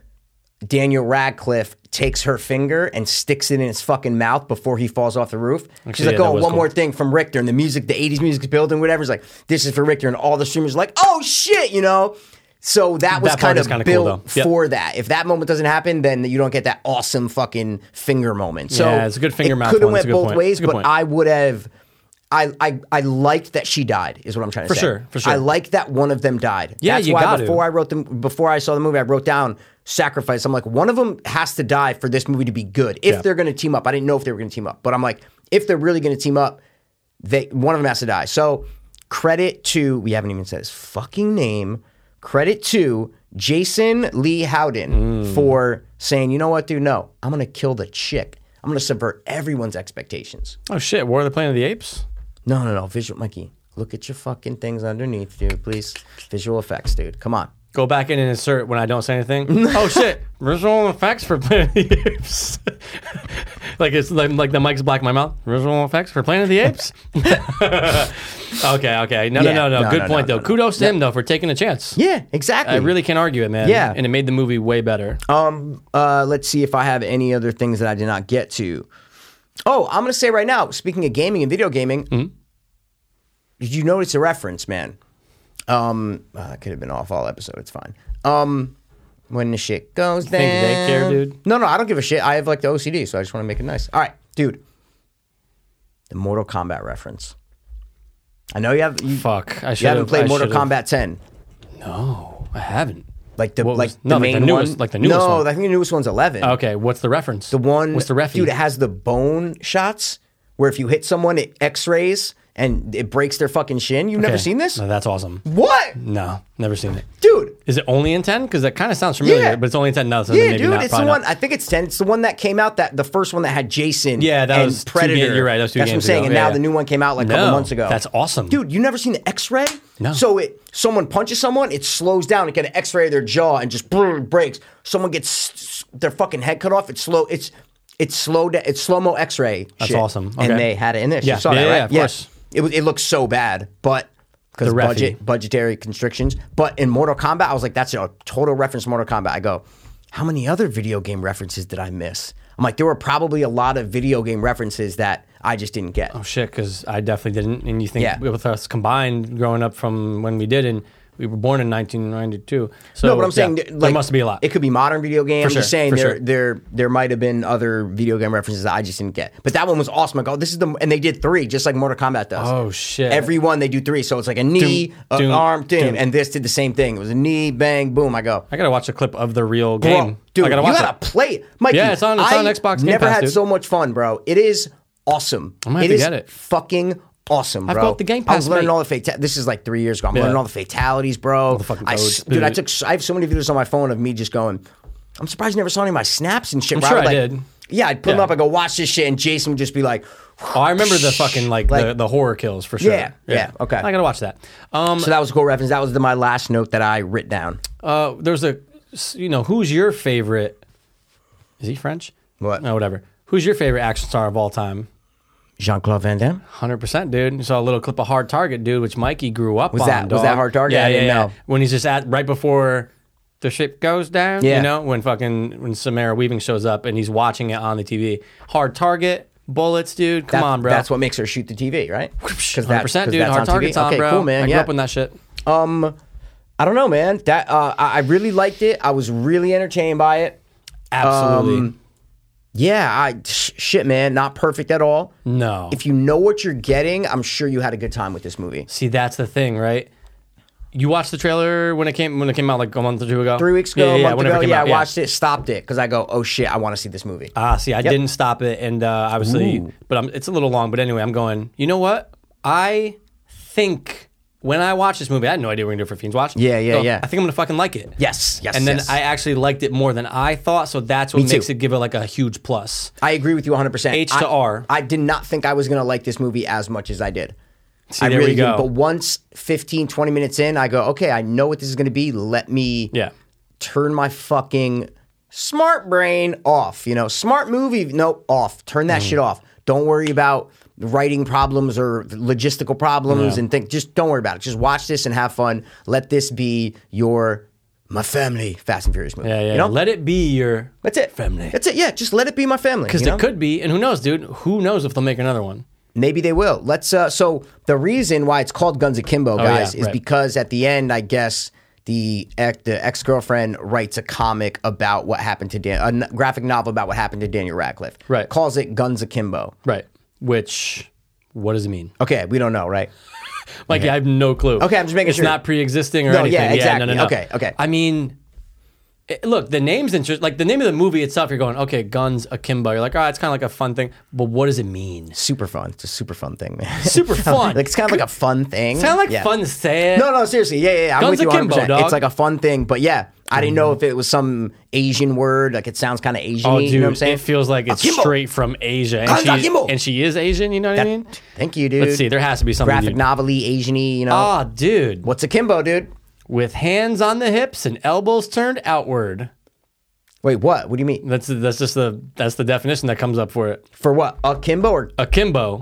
Speaker 1: Daniel Radcliffe takes her finger and sticks it in his fucking mouth before he falls off the roof. She's
Speaker 2: yeah,
Speaker 1: like,
Speaker 2: that
Speaker 1: "Oh, one
Speaker 2: was cool.
Speaker 1: more thing from Richter," and the music, the '80s music is building, whatever's like, "This is for Richter," and all the streamers are like, "Oh shit," you know. So that was
Speaker 2: That part
Speaker 1: kind
Speaker 2: is
Speaker 1: of
Speaker 2: kinda cool,
Speaker 1: built
Speaker 2: though. Yep.
Speaker 1: for that. If that moment doesn't happen, then you don't get that awesome fucking finger moment. So
Speaker 2: Yeah, it's a good finger
Speaker 1: it
Speaker 2: mouth
Speaker 1: Could have
Speaker 2: one.
Speaker 1: went
Speaker 2: It's a good
Speaker 1: both
Speaker 2: point.
Speaker 1: ways,
Speaker 2: It's a good
Speaker 1: but
Speaker 2: point.
Speaker 1: I would have. I, I I liked that she died. Is what I'm trying to
Speaker 2: For
Speaker 1: say.
Speaker 2: sure, for sure.
Speaker 1: I liked that one of them died.
Speaker 2: Yeah,
Speaker 1: That's
Speaker 2: you
Speaker 1: why
Speaker 2: gotta.
Speaker 1: before I wrote them, before I saw the movie, I wrote down sacrifice. I'm like, one of them has to die for this movie to be good. If
Speaker 2: Yeah.
Speaker 1: they're going to team up, I didn't know if they were going to team up, but I'm like, if they're really going to team up, they one of them has to die. So credit to we haven't even said his fucking name. Credit to Jason Lee Howden
Speaker 2: Hmm.
Speaker 1: for saying, you know what, dude, no, I'm going to kill the chick. I'm going to subvert everyone's expectations.
Speaker 2: Oh shit! War of the Planet of the Apes.
Speaker 1: No, no, no, visual, Mikey. Look at your fucking things underneath, dude. Please, visual effects, dude. Come on.
Speaker 2: Go back in and insert when I don't say anything. oh shit! Visual effects for Planet of the Apes. like it's like, like the mic's black in my mouth. Visual effects for Planet of the Apes. okay, okay. No,
Speaker 1: Yeah,
Speaker 2: no, no,
Speaker 1: no,
Speaker 2: no. Good
Speaker 1: no,
Speaker 2: point
Speaker 1: no,
Speaker 2: though. Kudos to him though for taking a chance.
Speaker 1: Yeah, exactly.
Speaker 2: I really can't argue it, man.
Speaker 1: Yeah.
Speaker 2: and it made the movie way better.
Speaker 1: Um, uh, let's see if I have any other things that I did not get to. Oh, I'm gonna say right now. Speaking of gaming and video gaming,
Speaker 2: Mm-hmm.
Speaker 1: did you notice a reference, man? Um, uh, it could have been off all episode. It's fine. Um, when the shit goes down,
Speaker 2: think they care, dude?
Speaker 1: No, no, I don't give a shit. I have like the OCD, so I just want to make it nice. All right, dude. The Mortal Kombat reference. I know you have you,
Speaker 2: Fuck, I
Speaker 1: Um, you
Speaker 2: should
Speaker 1: haven't played Mortal Kombat 10.
Speaker 2: No, I haven't.
Speaker 1: Like the
Speaker 2: What was-
Speaker 1: like the
Speaker 2: no, like the
Speaker 1: main
Speaker 2: newest-
Speaker 1: one,
Speaker 2: like the newest
Speaker 1: No,
Speaker 2: one. Oh,
Speaker 1: I think the newest one's 11.
Speaker 2: Okay, what's the reference?
Speaker 1: The one
Speaker 2: What's the referee?
Speaker 1: Dude, it has the bone shots where if you hit someone, it X-rays and it breaks their fucking shin. You've never seen this?
Speaker 2: No, that's awesome.
Speaker 1: What,
Speaker 2: No, never seen it.
Speaker 1: dude?
Speaker 2: Is it only in 10? Because that kind of sounds familiar,
Speaker 1: Yeah.
Speaker 2: but it's only in 10 now, so then
Speaker 1: Yeah,
Speaker 2: maybe
Speaker 1: dude,
Speaker 2: not.
Speaker 1: it's the
Speaker 2: probably
Speaker 1: one.
Speaker 2: not.
Speaker 1: I think it's ten. It's the one that came out that the first one that had Jason.
Speaker 2: Yeah, that
Speaker 1: and
Speaker 2: was two
Speaker 1: Predator.
Speaker 2: ga- you're right, that was two
Speaker 1: That's what I'm
Speaker 2: games
Speaker 1: saying.
Speaker 2: ago.
Speaker 1: And
Speaker 2: Yeah,
Speaker 1: now
Speaker 2: yeah.
Speaker 1: the new one came out like a couple
Speaker 2: No,
Speaker 1: months ago.
Speaker 2: that's awesome.
Speaker 1: dude. You never seen the X-ray?
Speaker 2: No.
Speaker 1: So it someone punches someone, it slows down. It get an X-ray of their jaw and just brrr, breaks. Someone gets s- s- their fucking head cut off. It's slow. It's it's slow. da- It's slow mo X-ray. That's
Speaker 2: awesome.
Speaker 1: And
Speaker 2: Okay.
Speaker 1: they had it in this.
Speaker 2: Yeah,
Speaker 1: You saw
Speaker 2: yeah,
Speaker 1: that,
Speaker 2: yeah,
Speaker 1: right?
Speaker 2: of course.
Speaker 1: It was. It looks so bad, but. Because
Speaker 2: The refi.
Speaker 1: budget, budgetary constrictions. But in Mortal Kombat, I was like, that's a total reference to Mortal Kombat. I go, how many other video game references did I miss? I'm like, there were probably a lot of video game references that I just didn't get.
Speaker 2: Oh, shit, because I definitely didn't. And you think
Speaker 1: Yeah.
Speaker 2: with us combined growing up from when we did, and we were born in 1992. So,
Speaker 1: no, but I'm saying
Speaker 2: yeah,
Speaker 1: like,
Speaker 2: there must be a lot.
Speaker 1: It could be modern video game. I'm
Speaker 2: sure,
Speaker 1: just saying
Speaker 2: for
Speaker 1: there,
Speaker 2: sure.
Speaker 1: there there might have been other video game references that I just didn't get. But that one was awesome. Like, oh, this is the and they did three, just like Mortal Kombat does.
Speaker 2: Oh, shit.
Speaker 1: Every one they do three, so it's like a knee,
Speaker 2: Doom,
Speaker 1: a
Speaker 2: doom,
Speaker 1: arm, thing,
Speaker 2: doom.
Speaker 1: and this did the same thing. It was a knee, bang, boom. I go.
Speaker 2: I got to watch a clip of the real
Speaker 1: Bro,
Speaker 2: game.
Speaker 1: dude,
Speaker 2: I gotta
Speaker 1: you
Speaker 2: watch
Speaker 1: gotta
Speaker 2: it.
Speaker 1: play it, Mikey.
Speaker 2: Yeah, it's on- it's
Speaker 1: I
Speaker 2: on Xbox Game
Speaker 1: never
Speaker 2: Pass,
Speaker 1: had
Speaker 2: dude.
Speaker 1: so much fun, bro. It is awesome.
Speaker 2: I'm gonna have to
Speaker 1: is
Speaker 2: get it.
Speaker 1: Fucking awesome, bro.
Speaker 2: got the Game
Speaker 1: I
Speaker 2: Pass,
Speaker 1: was learning
Speaker 2: mate.
Speaker 1: all the fatalities. This is like three years ago. I'm
Speaker 2: Yeah.
Speaker 1: learning all the fatalities, bro.
Speaker 2: fucking
Speaker 1: I s-
Speaker 2: codes,
Speaker 1: dude, I
Speaker 2: dude.
Speaker 1: took. s- I have so many videos on my phone of me just going. I'm surprised you never saw any of my snaps and shit. I'm
Speaker 2: sure
Speaker 1: I,
Speaker 2: I
Speaker 1: would, like-
Speaker 2: did.
Speaker 1: Yeah, I'd put them
Speaker 2: Yeah.
Speaker 1: up. I go watch this shit, and Jason would just be like,
Speaker 2: Oh, I remember the fucking, like, the,
Speaker 1: Like-
Speaker 2: the horror kills for sure.
Speaker 1: Yeah, yeah, okay.
Speaker 2: I got to watch that. Um,
Speaker 1: "So that was a cool reference. That was the, my last note that I writ down."
Speaker 2: Uh, there's a, you know, who's your favorite? Is he French?
Speaker 1: What?
Speaker 2: No, whatever. Who's your favorite action star of all time?
Speaker 1: Jean Claude Van Damme.
Speaker 2: Hundred percent, dude. You saw a little clip of Hard Target, dude, which Mikey grew up
Speaker 1: Was
Speaker 2: on.
Speaker 1: that- was
Speaker 2: dog.
Speaker 1: that Hard Target?
Speaker 2: Yeah,
Speaker 1: I
Speaker 2: yeah,
Speaker 1: didn't
Speaker 2: yeah.
Speaker 1: know.
Speaker 2: When he's just at right before the ship goes down.
Speaker 1: Yeah.
Speaker 2: You know, when fucking when Samara Weaving shows up and he's watching it on the TV. Hard Target, bullets, dude. Come
Speaker 1: That-
Speaker 2: on, bro.
Speaker 1: That's what makes her shoot the TV, right? Because
Speaker 2: Hundred percent, dude. Hard Target's on,
Speaker 1: okay,
Speaker 2: bro.
Speaker 1: Cool, man.
Speaker 2: I grew
Speaker 1: yeah.
Speaker 2: up on that shit.
Speaker 1: Um, I don't know, man. That uh, I I really liked it. I was really entertained by it.
Speaker 2: Absolutely.
Speaker 1: Um, Yeah, I sh- shit, man. Not perfect at all.
Speaker 2: no.
Speaker 1: If you know what you're getting, I'm sure you had a good time with this movie.
Speaker 2: See, that's the thing, right? You watched the trailer when it came when it came out like a month or two ago.
Speaker 1: Three weeks ago,
Speaker 2: yeah, yeah,
Speaker 1: a
Speaker 2: yeah,
Speaker 1: month
Speaker 2: whenever
Speaker 1: ago,
Speaker 2: it came
Speaker 1: yeah,
Speaker 2: out,
Speaker 1: I watched it, stopped it because I go, oh shit, I want to see this movie.
Speaker 2: Ah, see, I didn't stop it, and uh, obviously, but I'm, it's a little long. But anyway, I'm going. You know what? I think when I watch this movie, I had no idea we are gonna do it for Fiends Watch.
Speaker 1: Yeah, yeah,
Speaker 2: So,
Speaker 1: yeah.
Speaker 2: I think I'm gonna fucking like it.
Speaker 1: yes, yes.
Speaker 2: and then
Speaker 1: yes.
Speaker 2: I actually liked it more than I thought, so that's what
Speaker 1: too.
Speaker 2: makes it give it like a huge plus.
Speaker 1: I agree with you 100. percent
Speaker 2: H to
Speaker 1: I,
Speaker 2: R.
Speaker 1: I did not think I was gonna like this movie as much as I did. I
Speaker 2: there we
Speaker 1: really
Speaker 2: go.
Speaker 1: did. But once 15, 20 minutes in, I go, okay, I know what this is gonna be. Let me
Speaker 2: Yeah.
Speaker 1: turn my fucking smart brain off. You know, smart movie, no, off. Turn
Speaker 2: Mm-hmm.
Speaker 1: that shit off. Don't worry about writing problems or logistical problems and think. Just don't worry about it. Just watch this and have fun. Let this be your my family Fast and Furious movie.
Speaker 2: Yeah, yeah.
Speaker 1: You know,
Speaker 2: Let it be your.
Speaker 1: that's it.
Speaker 2: Family.
Speaker 1: That's it. Yeah, just let it be my family.
Speaker 2: Because
Speaker 1: you know?
Speaker 2: it could be, and who knows, dude? Who knows if they'll make another one?
Speaker 1: Maybe they will. Let's. Uh, so the reason why it's called Guns Akimbo,
Speaker 2: Oh, yeah,
Speaker 1: guys, is
Speaker 2: right.
Speaker 1: because at the end, I guess the ex, the ex girlfriend writes a comic about what happened to Dan, a n- graphic novel about what happened to Daniel Radcliffe.
Speaker 2: Right.
Speaker 1: Calls it Guns Akimbo.
Speaker 2: Right. Which, what does it mean?
Speaker 1: Okay, we don't know, right?
Speaker 2: Like, I have no clue.
Speaker 1: Okay, I'm just making
Speaker 2: it's
Speaker 1: sure.
Speaker 2: It's not pre existing or
Speaker 1: No,
Speaker 2: anything.
Speaker 1: yeah,
Speaker 2: no,
Speaker 1: exactly.
Speaker 2: no, no.
Speaker 1: Okay, okay.
Speaker 2: I mean, it- look, the name's interest. Like, the name of the movie itself, you're going, okay, guns akimbo. You're like, oh, it's kind of like a fun thing. But what does it mean?
Speaker 1: Super fun. It's a super fun thing, man.
Speaker 2: Super fun.
Speaker 1: like it's kind of like a fun thing.
Speaker 2: Sound like
Speaker 1: Yeah.
Speaker 2: fun sad.
Speaker 1: No, no, seriously. Yeah, yeah, yeah. I'm
Speaker 2: Guns
Speaker 1: with you
Speaker 2: akimbo,
Speaker 1: 100%.
Speaker 2: dog. Mm-hmm.
Speaker 1: It's like a fun thing, but yeah, I didn't know if it was some Asian word. Like it sounds kind of Asian.
Speaker 2: Oh, dude,
Speaker 1: you know what I'm saying?
Speaker 2: it feels like it's
Speaker 1: Akimbo.
Speaker 2: straight from Asia, and,
Speaker 1: Guns
Speaker 2: she's-
Speaker 1: akimbo.
Speaker 2: and she is Asian. You know what I mean?
Speaker 1: Thank you, dude.
Speaker 2: Let's see. There has to be something.
Speaker 1: graphic
Speaker 2: dude.
Speaker 1: novel-y, Asian-y, you know.
Speaker 2: Ah, dude,
Speaker 1: What's akimbo, dude?
Speaker 2: with hands on the hips and elbows turned outward.
Speaker 1: Wait, what? What do you mean?
Speaker 2: That's that's just the that's the definition that comes up for it.
Speaker 1: For what? Akimbo or
Speaker 2: Akimbo.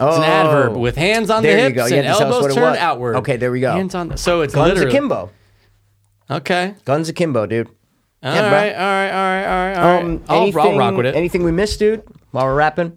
Speaker 2: It's
Speaker 1: Oh.
Speaker 2: an adverb with hands on
Speaker 1: There
Speaker 2: the
Speaker 1: you
Speaker 2: hips
Speaker 1: go. You
Speaker 2: and
Speaker 1: had to tell us what
Speaker 2: elbows
Speaker 1: it
Speaker 2: turned
Speaker 1: was.
Speaker 2: outward.
Speaker 1: Okay, there we go.
Speaker 2: Hands on. The, so it's
Speaker 1: guns
Speaker 2: literally
Speaker 1: akimbo?
Speaker 2: Okay.
Speaker 1: Guns akimbo, dude.
Speaker 2: All
Speaker 1: Yeah,
Speaker 2: right.
Speaker 1: bro.
Speaker 2: All right. All right. All right. All right. I'll, I'll rock with it.
Speaker 1: Anything we missed, dude? While we're rapping,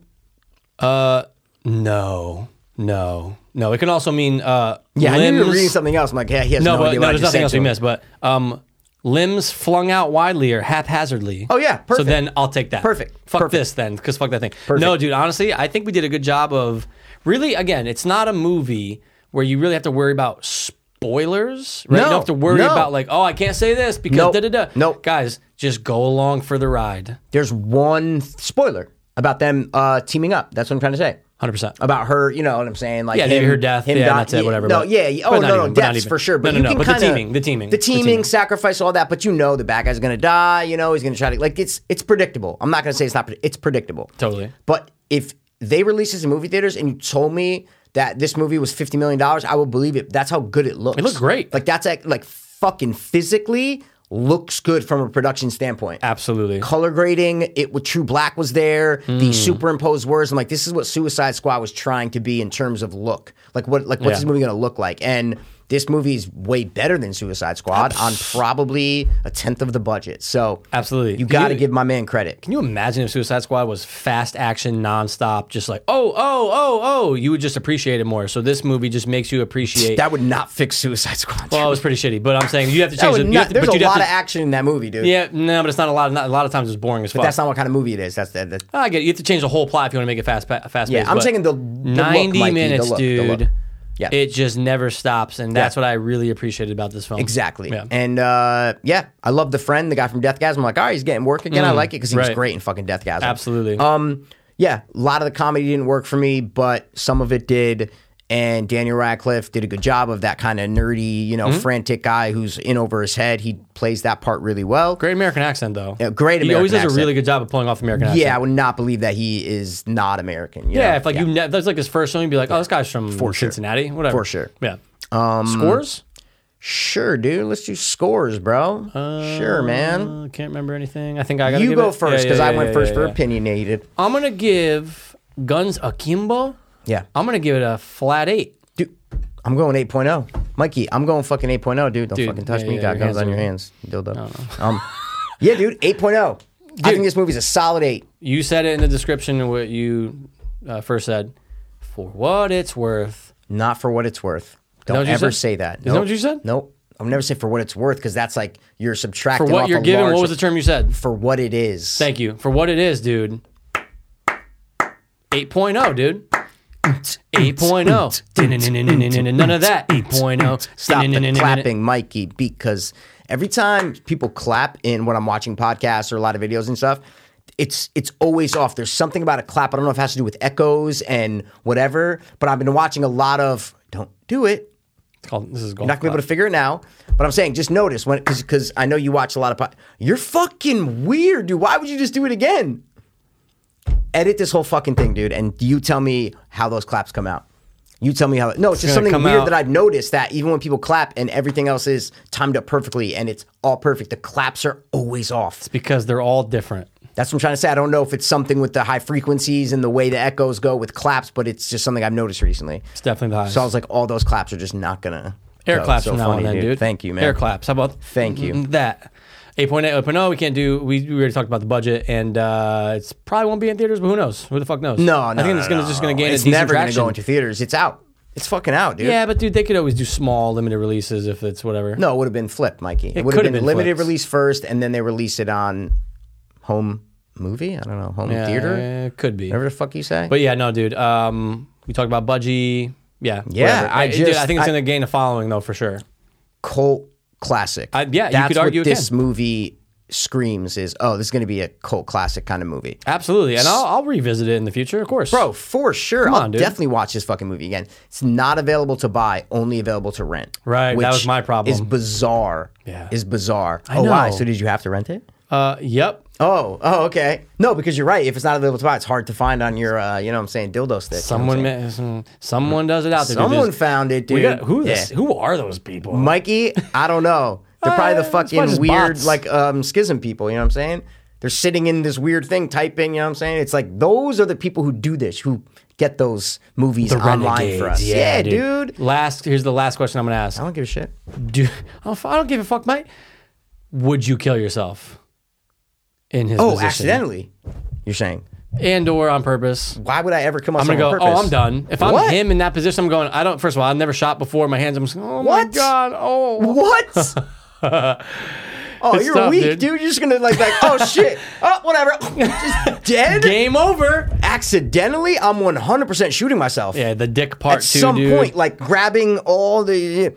Speaker 2: uh, no, no, no. It can also mean uh,
Speaker 1: yeah, I knew you were
Speaker 2: limbs-
Speaker 1: reading something else. I'm like, yeah, he has
Speaker 2: No,
Speaker 1: no,
Speaker 2: but
Speaker 1: idea
Speaker 2: no,
Speaker 1: what I
Speaker 2: there's
Speaker 1: just
Speaker 2: nothing
Speaker 1: said
Speaker 2: else
Speaker 1: to
Speaker 2: we
Speaker 1: him.
Speaker 2: missed. But um, limbs flung out widely or haphazardly.
Speaker 1: Oh, yeah,
Speaker 2: So
Speaker 1: perfect.
Speaker 2: then I'll take that.
Speaker 1: Perfect,
Speaker 2: Fuck
Speaker 1: perfect.
Speaker 2: this then, because fuck that thing. No, dude. Honestly, I think we did a good job of really. Again, it's not a movie where you really have to worry about spoilers. Right? you
Speaker 1: No,
Speaker 2: don't have to worry
Speaker 1: no.
Speaker 2: about like, oh, I can't say this because
Speaker 1: Nope,
Speaker 2: da da da.
Speaker 1: nope.
Speaker 2: guys, just go along for the ride.
Speaker 1: There's one th- spoiler about them uh, teaming up. That's what I'm trying to say.
Speaker 2: Hundred percent.
Speaker 1: about her, you know what I'm saying? Like
Speaker 2: Yeah,
Speaker 1: him,
Speaker 2: maybe her death,
Speaker 1: him
Speaker 2: yeah,
Speaker 1: dying-
Speaker 2: that's it, whatever,
Speaker 1: No,
Speaker 2: but-
Speaker 1: yeah, yeah.
Speaker 2: but
Speaker 1: oh no,
Speaker 2: not even,
Speaker 1: no,
Speaker 2: but not
Speaker 1: deaths
Speaker 2: even.
Speaker 1: for sure. But
Speaker 2: No, no,
Speaker 1: you
Speaker 2: no,
Speaker 1: can
Speaker 2: but the
Speaker 1: kinda-
Speaker 2: teaming, the teaming,
Speaker 1: the
Speaker 2: the
Speaker 1: teaming,
Speaker 2: teaming.
Speaker 1: sacrifice, all that. But you know the bad guy's gonna die. You know he's gonna try to like it's it's predictable. I'm not gonna say it's not. pred- It's predictable.
Speaker 2: Totally.
Speaker 1: But if they release this in movie theaters and you told me that this movie was fifty million dollars, I would believe it. That's how good it looks. It
Speaker 2: looked great.
Speaker 1: Like that's like, like fucking physically looks good from a production standpoint
Speaker 2: Absolutely.
Speaker 1: color grading. It with True Black was there.
Speaker 2: Hmm.
Speaker 1: The superimposed words. I'm like, this is what Suicide Squad was trying to be in terms of look. Like what? Like what's
Speaker 2: Yeah.
Speaker 1: this movie going to look like? And this movie is way better than Suicide Squad on probably a tenth of the budget. So
Speaker 2: Absolutely.
Speaker 1: you
Speaker 2: Can
Speaker 1: got to
Speaker 2: you-
Speaker 1: give my man credit.
Speaker 2: Can you imagine if Suicide Squad was fast action, nonstop, just like oh, oh, oh, oh? You would just appreciate it more. So this movie just makes you appreciate.
Speaker 1: That would not fix Suicide Squad.
Speaker 2: well, it was pretty shitty, but I'm saying you have to
Speaker 1: That
Speaker 2: change.
Speaker 1: would
Speaker 2: it. You
Speaker 1: not-
Speaker 2: have to-
Speaker 1: there's
Speaker 2: but
Speaker 1: a
Speaker 2: you'd have
Speaker 1: lot
Speaker 2: to-
Speaker 1: of action in that movie, dude.
Speaker 2: Yeah, no, but it's not a lot. Not, a lot of times it's boring as fuck.
Speaker 1: That's not what kind of movie it is. That's that. that
Speaker 2: I get. it. You have to change the whole plot if you want to make it fast. Pa- fast.
Speaker 1: yeah, I'm saying the, the look,
Speaker 2: ninety
Speaker 1: Mikey, the
Speaker 2: minutes,
Speaker 1: look, the
Speaker 2: dude.
Speaker 1: look. Yeah.
Speaker 2: It just never stops, and that's what I really appreciated about this film.
Speaker 1: Exactly.
Speaker 2: Yeah.
Speaker 1: And uh, yeah, I love the friend, the guy from Death Gasm. I'm like, all right, he's getting work again. I like it because he was
Speaker 2: Mm-hmm. right.
Speaker 1: great in fucking Death Gasm.
Speaker 2: Absolutely.
Speaker 1: Um, yeah, a lot of the comedy didn't work for me, but some of it did. And Daniel Radcliffe did a good job of that kind of nerdy, you know,
Speaker 2: Mm-hmm.
Speaker 1: frantic guy who's in over his head. He plays that part really well.
Speaker 2: great American accent, though.
Speaker 1: Yeah, great
Speaker 2: He
Speaker 1: American
Speaker 2: always does a
Speaker 1: accent.
Speaker 2: really good job of pulling off American accent.
Speaker 1: Yeah, I would not believe that he is not American. you
Speaker 2: Yeah,
Speaker 1: know?
Speaker 2: if like you, ne- that's like his first film, you'd be like, oh, this guy's from
Speaker 1: sure.
Speaker 2: Cincinnati, whatever.
Speaker 1: For sure. Um,
Speaker 2: Yeah. Scores?
Speaker 1: sure, dude. Let's do scores, bro. sure, man.
Speaker 2: Uh, can't remember anything. I think I got.
Speaker 1: You go first because I went first for opinionated.
Speaker 2: I'm gonna give Guns Akimbo.
Speaker 1: Yeah.
Speaker 2: I'm gonna give it a flat eight.
Speaker 1: Dude, I'm going 8.0. Mikey, I'm going fucking 8.0, dude. Don't
Speaker 2: Dude,
Speaker 1: fucking touch
Speaker 2: yeah,
Speaker 1: me.
Speaker 2: yeah,
Speaker 1: you got
Speaker 2: your
Speaker 1: guns
Speaker 2: hands
Speaker 1: on
Speaker 2: are-
Speaker 1: your hands, dildo. Um, yeah, dude, 8.0. I think this movie's a solid 8.
Speaker 2: You said it in the description of what you uh, first said. For what it's worth,
Speaker 1: Not for what it's worth. Don't
Speaker 2: what you
Speaker 1: ever
Speaker 2: said?
Speaker 1: say that. Is
Speaker 2: that what you said?
Speaker 1: Nope. I'll never say for what it's worth because that's like you're
Speaker 2: for
Speaker 1: subtracting
Speaker 2: what
Speaker 1: off
Speaker 2: you're
Speaker 1: a
Speaker 2: given,
Speaker 1: large-
Speaker 2: what was the term you said?
Speaker 1: for what it is.
Speaker 2: Thank you for what it is, dude. 8.0, dude. 8.0. None of that. 8.0.
Speaker 1: Stop the clapping, Mikey, because every time people clap in when I'm watching podcasts or a lot of videos and stuff, it's it's always off. There's something about a clap. I don't know if it has to do with echoes and whatever, but I've been watching a lot of don't do it.
Speaker 2: It's called, this is golf.
Speaker 1: You're not gonna be able to figure it now. But I'm saying just notice when because because I know you watch a lot of pod. You're fucking weird, dude. Why would you just do it again? Edit this whole fucking thing, dude, and you tell me how those claps come out. You tell me how. No, it's just
Speaker 2: gonna
Speaker 1: something
Speaker 2: come
Speaker 1: weird
Speaker 2: out-
Speaker 1: that I've noticed that even when people clap and everything else is timed up perfectly and it's all perfect, the claps are always off.
Speaker 2: because they're all different.
Speaker 1: That's what I'm trying to say. I don't know if it's something with the high frequencies and the way the echoes go with claps, but it's just something I've noticed recently.
Speaker 2: It's definitely the highest.
Speaker 1: So I was like, all those claps are just not gonna.
Speaker 2: Air
Speaker 1: go.
Speaker 2: claps
Speaker 1: So
Speaker 2: from now on,
Speaker 1: funny,
Speaker 2: then, dude.
Speaker 1: Thank you, man.
Speaker 2: Air claps. How about
Speaker 1: Thank you.
Speaker 2: that? 8.8, 8.0, oh, we can't do, we, we already talked about the budget, and uh, it's probably won't be in theaters, but who knows? Who the fuck knows?
Speaker 1: No, no,
Speaker 2: I think
Speaker 1: no,
Speaker 2: it's gonna,
Speaker 1: no,
Speaker 2: just going to
Speaker 1: no.
Speaker 2: gain a
Speaker 1: It's
Speaker 2: decent
Speaker 1: never gonna
Speaker 2: traction.
Speaker 1: go into theaters. It's out. It's fucking out, dude.
Speaker 2: Yeah, but dude, they could always do small limited releases if it's whatever.
Speaker 1: No, it would have been flipped, Mikey. It, would have
Speaker 2: could have
Speaker 1: been,
Speaker 2: been
Speaker 1: limited
Speaker 2: flipped.
Speaker 1: release first, and then they release it on home movie. I don't know, home
Speaker 2: Yeah,
Speaker 1: theater,
Speaker 2: yeah, could be.
Speaker 1: whatever the fuck you say.
Speaker 2: But yeah, no, dude. Um, we talked about Budgie. Yeah,
Speaker 1: Yeah,
Speaker 2: whatever.
Speaker 1: I
Speaker 2: dude,
Speaker 1: just-
Speaker 2: I think it's
Speaker 1: I-
Speaker 2: gonna gain a following though for sure.
Speaker 1: cult classic.
Speaker 2: I- yeah, you
Speaker 1: that's
Speaker 2: could argue it
Speaker 1: what this
Speaker 2: can.
Speaker 1: movie screams is. Oh, this is going to be a cult classic kind of movie.
Speaker 2: Absolutely, and I'll, I'll revisit it in the future, of course,
Speaker 1: Bro, for sure. I'll
Speaker 2: on, dude.
Speaker 1: definitely watch this fucking movie again. It's not available to buy, only available to rent.
Speaker 2: Right, that
Speaker 1: which
Speaker 2: was my problem.
Speaker 1: Is bizarre.
Speaker 2: Yeah.
Speaker 1: Is bizarre. oh, why?
Speaker 2: know.
Speaker 1: So did you have to rent it?
Speaker 2: Uh, yep,
Speaker 1: Oh, oh, okay. No, because you're right. If it's not available to buy, it's hard to find on your, uh, you know what I'm saying, dildo stick. you know what I'm
Speaker 2: someone,
Speaker 1: saying?
Speaker 2: ma- someone does it out there. dude.
Speaker 1: Someone
Speaker 2: There's-
Speaker 1: found it, dude.
Speaker 2: we got, who
Speaker 1: Yeah.
Speaker 2: this, who are those people?
Speaker 1: Mikey, I don't know. They're probably the
Speaker 2: Uh, it's probably
Speaker 1: fucking
Speaker 2: just
Speaker 1: weird,
Speaker 2: bots.
Speaker 1: like um, schism people. You know what I'm saying? They're sitting in this weird thing, typing. You know what I'm saying? It's like those are the people who do this, who get those movies online for us.
Speaker 2: Renegades.
Speaker 1: Yeah, dude. Oh.
Speaker 2: Last here's the last question I'm gonna ask.
Speaker 1: I don't give a shit.
Speaker 2: Do, I don't f- I don't give a fuck, mate. Would you kill yourself in his
Speaker 1: Oh,
Speaker 2: position?
Speaker 1: accidentally. You're saying?
Speaker 2: and or on purpose?
Speaker 1: Why would I ever come up?
Speaker 2: I'm
Speaker 1: with
Speaker 2: gonna
Speaker 1: something
Speaker 2: go.
Speaker 1: on
Speaker 2: Oh,
Speaker 1: purpose?
Speaker 2: I'm done. If I'm
Speaker 1: What?
Speaker 2: him in that position, I'm going. I don't. First of all, I've never shot before. My hands. I'm just. Oh my
Speaker 1: What?
Speaker 2: god. Oh.
Speaker 1: What? oh,
Speaker 2: It's
Speaker 1: you're
Speaker 2: tough,
Speaker 1: weak,
Speaker 2: dude.
Speaker 1: dude. You're just gonna like, like, oh shit. Oh, whatever. just dead.
Speaker 2: Game over.
Speaker 1: Accidentally, I'm 100% shooting myself.
Speaker 2: Yeah, the dick part
Speaker 1: at
Speaker 2: too,
Speaker 1: some
Speaker 2: dude.
Speaker 1: point, like grabbing all the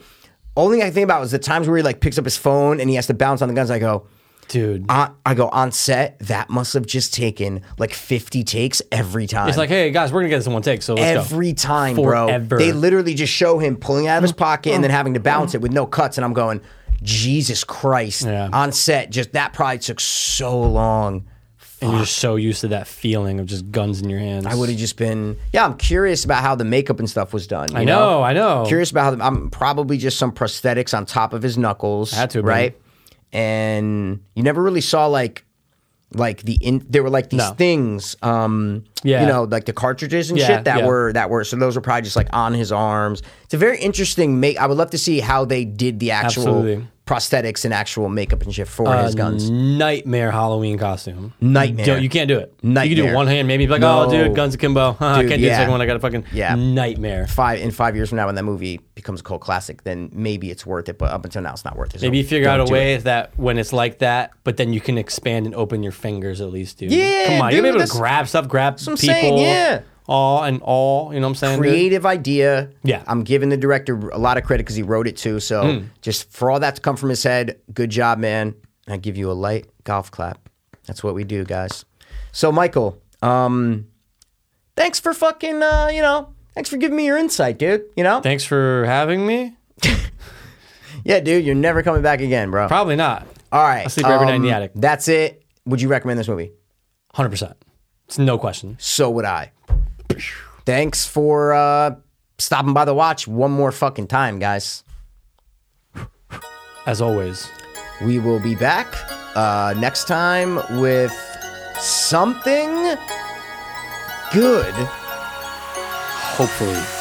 Speaker 1: only thing I think about is the times where he like picks up his phone and he has to bounce on the guns. I go,
Speaker 2: dude.
Speaker 1: on, I go on set. That must have just taken like fifty takes every time.
Speaker 2: It's like, hey guys, we're gonna get this in one take. So let's go.
Speaker 1: every time,
Speaker 2: Forever.
Speaker 1: bro. They literally just show him pulling out of his pocket and then having to bounce it with no cuts. And I'm going, Jesus Christ!
Speaker 2: Yeah.
Speaker 1: On set, just that probably took so long.
Speaker 2: And you're so used to that feeling of just guns in your hands.
Speaker 1: I would have just been, yeah. I'm curious about how the makeup and stuff was done.
Speaker 2: I
Speaker 1: you
Speaker 2: know. I know.
Speaker 1: curious about how the, I'm probably just some prosthetics on top of his knuckles.
Speaker 2: Had to have been.
Speaker 1: right? And you never really saw like like the in there were like these
Speaker 2: No.
Speaker 1: things, um
Speaker 2: Yeah.
Speaker 1: you know, like the cartridges and
Speaker 2: Yeah,
Speaker 1: shit that
Speaker 2: yeah.
Speaker 1: were that were so those were probably just like on his arms. It's a very interesting make I would love to see how they did the actual
Speaker 2: Absolutely. Uh,
Speaker 1: prosthetics and actual makeup and shit for his guns.
Speaker 2: Nightmare Halloween costume.
Speaker 1: Nightmare.
Speaker 2: Don't- you can't do it. You can
Speaker 1: Nightmare.
Speaker 2: do one hand, maybe be like,
Speaker 1: No.
Speaker 2: oh, dude, guns akimbo. I
Speaker 1: Dude,
Speaker 2: can't do the
Speaker 1: yeah.
Speaker 2: second one. I got a fucking
Speaker 1: Yeah.
Speaker 2: nightmare.
Speaker 1: Five in five years from now when that movie becomes a cult classic, then maybe it's worth it. But up until now it's not worth it. So
Speaker 2: Maybe you figure
Speaker 1: don't
Speaker 2: out a
Speaker 1: do it.
Speaker 2: way that when it's like that, but then you can expand and open your fingers at least, dude.
Speaker 1: Yeah,
Speaker 2: Come on, you're
Speaker 1: dude,
Speaker 2: able to
Speaker 1: that's-
Speaker 2: grab stuff, grab
Speaker 1: I'm
Speaker 2: people.
Speaker 1: saying, yeah.
Speaker 2: All and all, you know what I'm saying? dude?
Speaker 1: creative idea.
Speaker 2: Yeah. Hmm.
Speaker 1: I'm giving the director a lot of credit because he wrote it too. So just for all that to come from his head, good job, man. I give you a light golf clap. That's what we do, guys. So Michael, um, thanks for fucking, uh, you know, thanks for giving me your insight, dude. You know,
Speaker 2: Thanks for having me.
Speaker 1: yeah, dude, you're never coming back again, bro.
Speaker 2: Probably not.
Speaker 1: all right, um,
Speaker 2: sleep every night in the attic.
Speaker 1: That's it. Would you recommend this movie?
Speaker 2: 100%. It's no question.
Speaker 1: So would I. Thanks for uh, stopping by the watch one more fucking time, guys.
Speaker 2: As always.
Speaker 1: We will be back uh, next time with something good.
Speaker 2: Hopefully.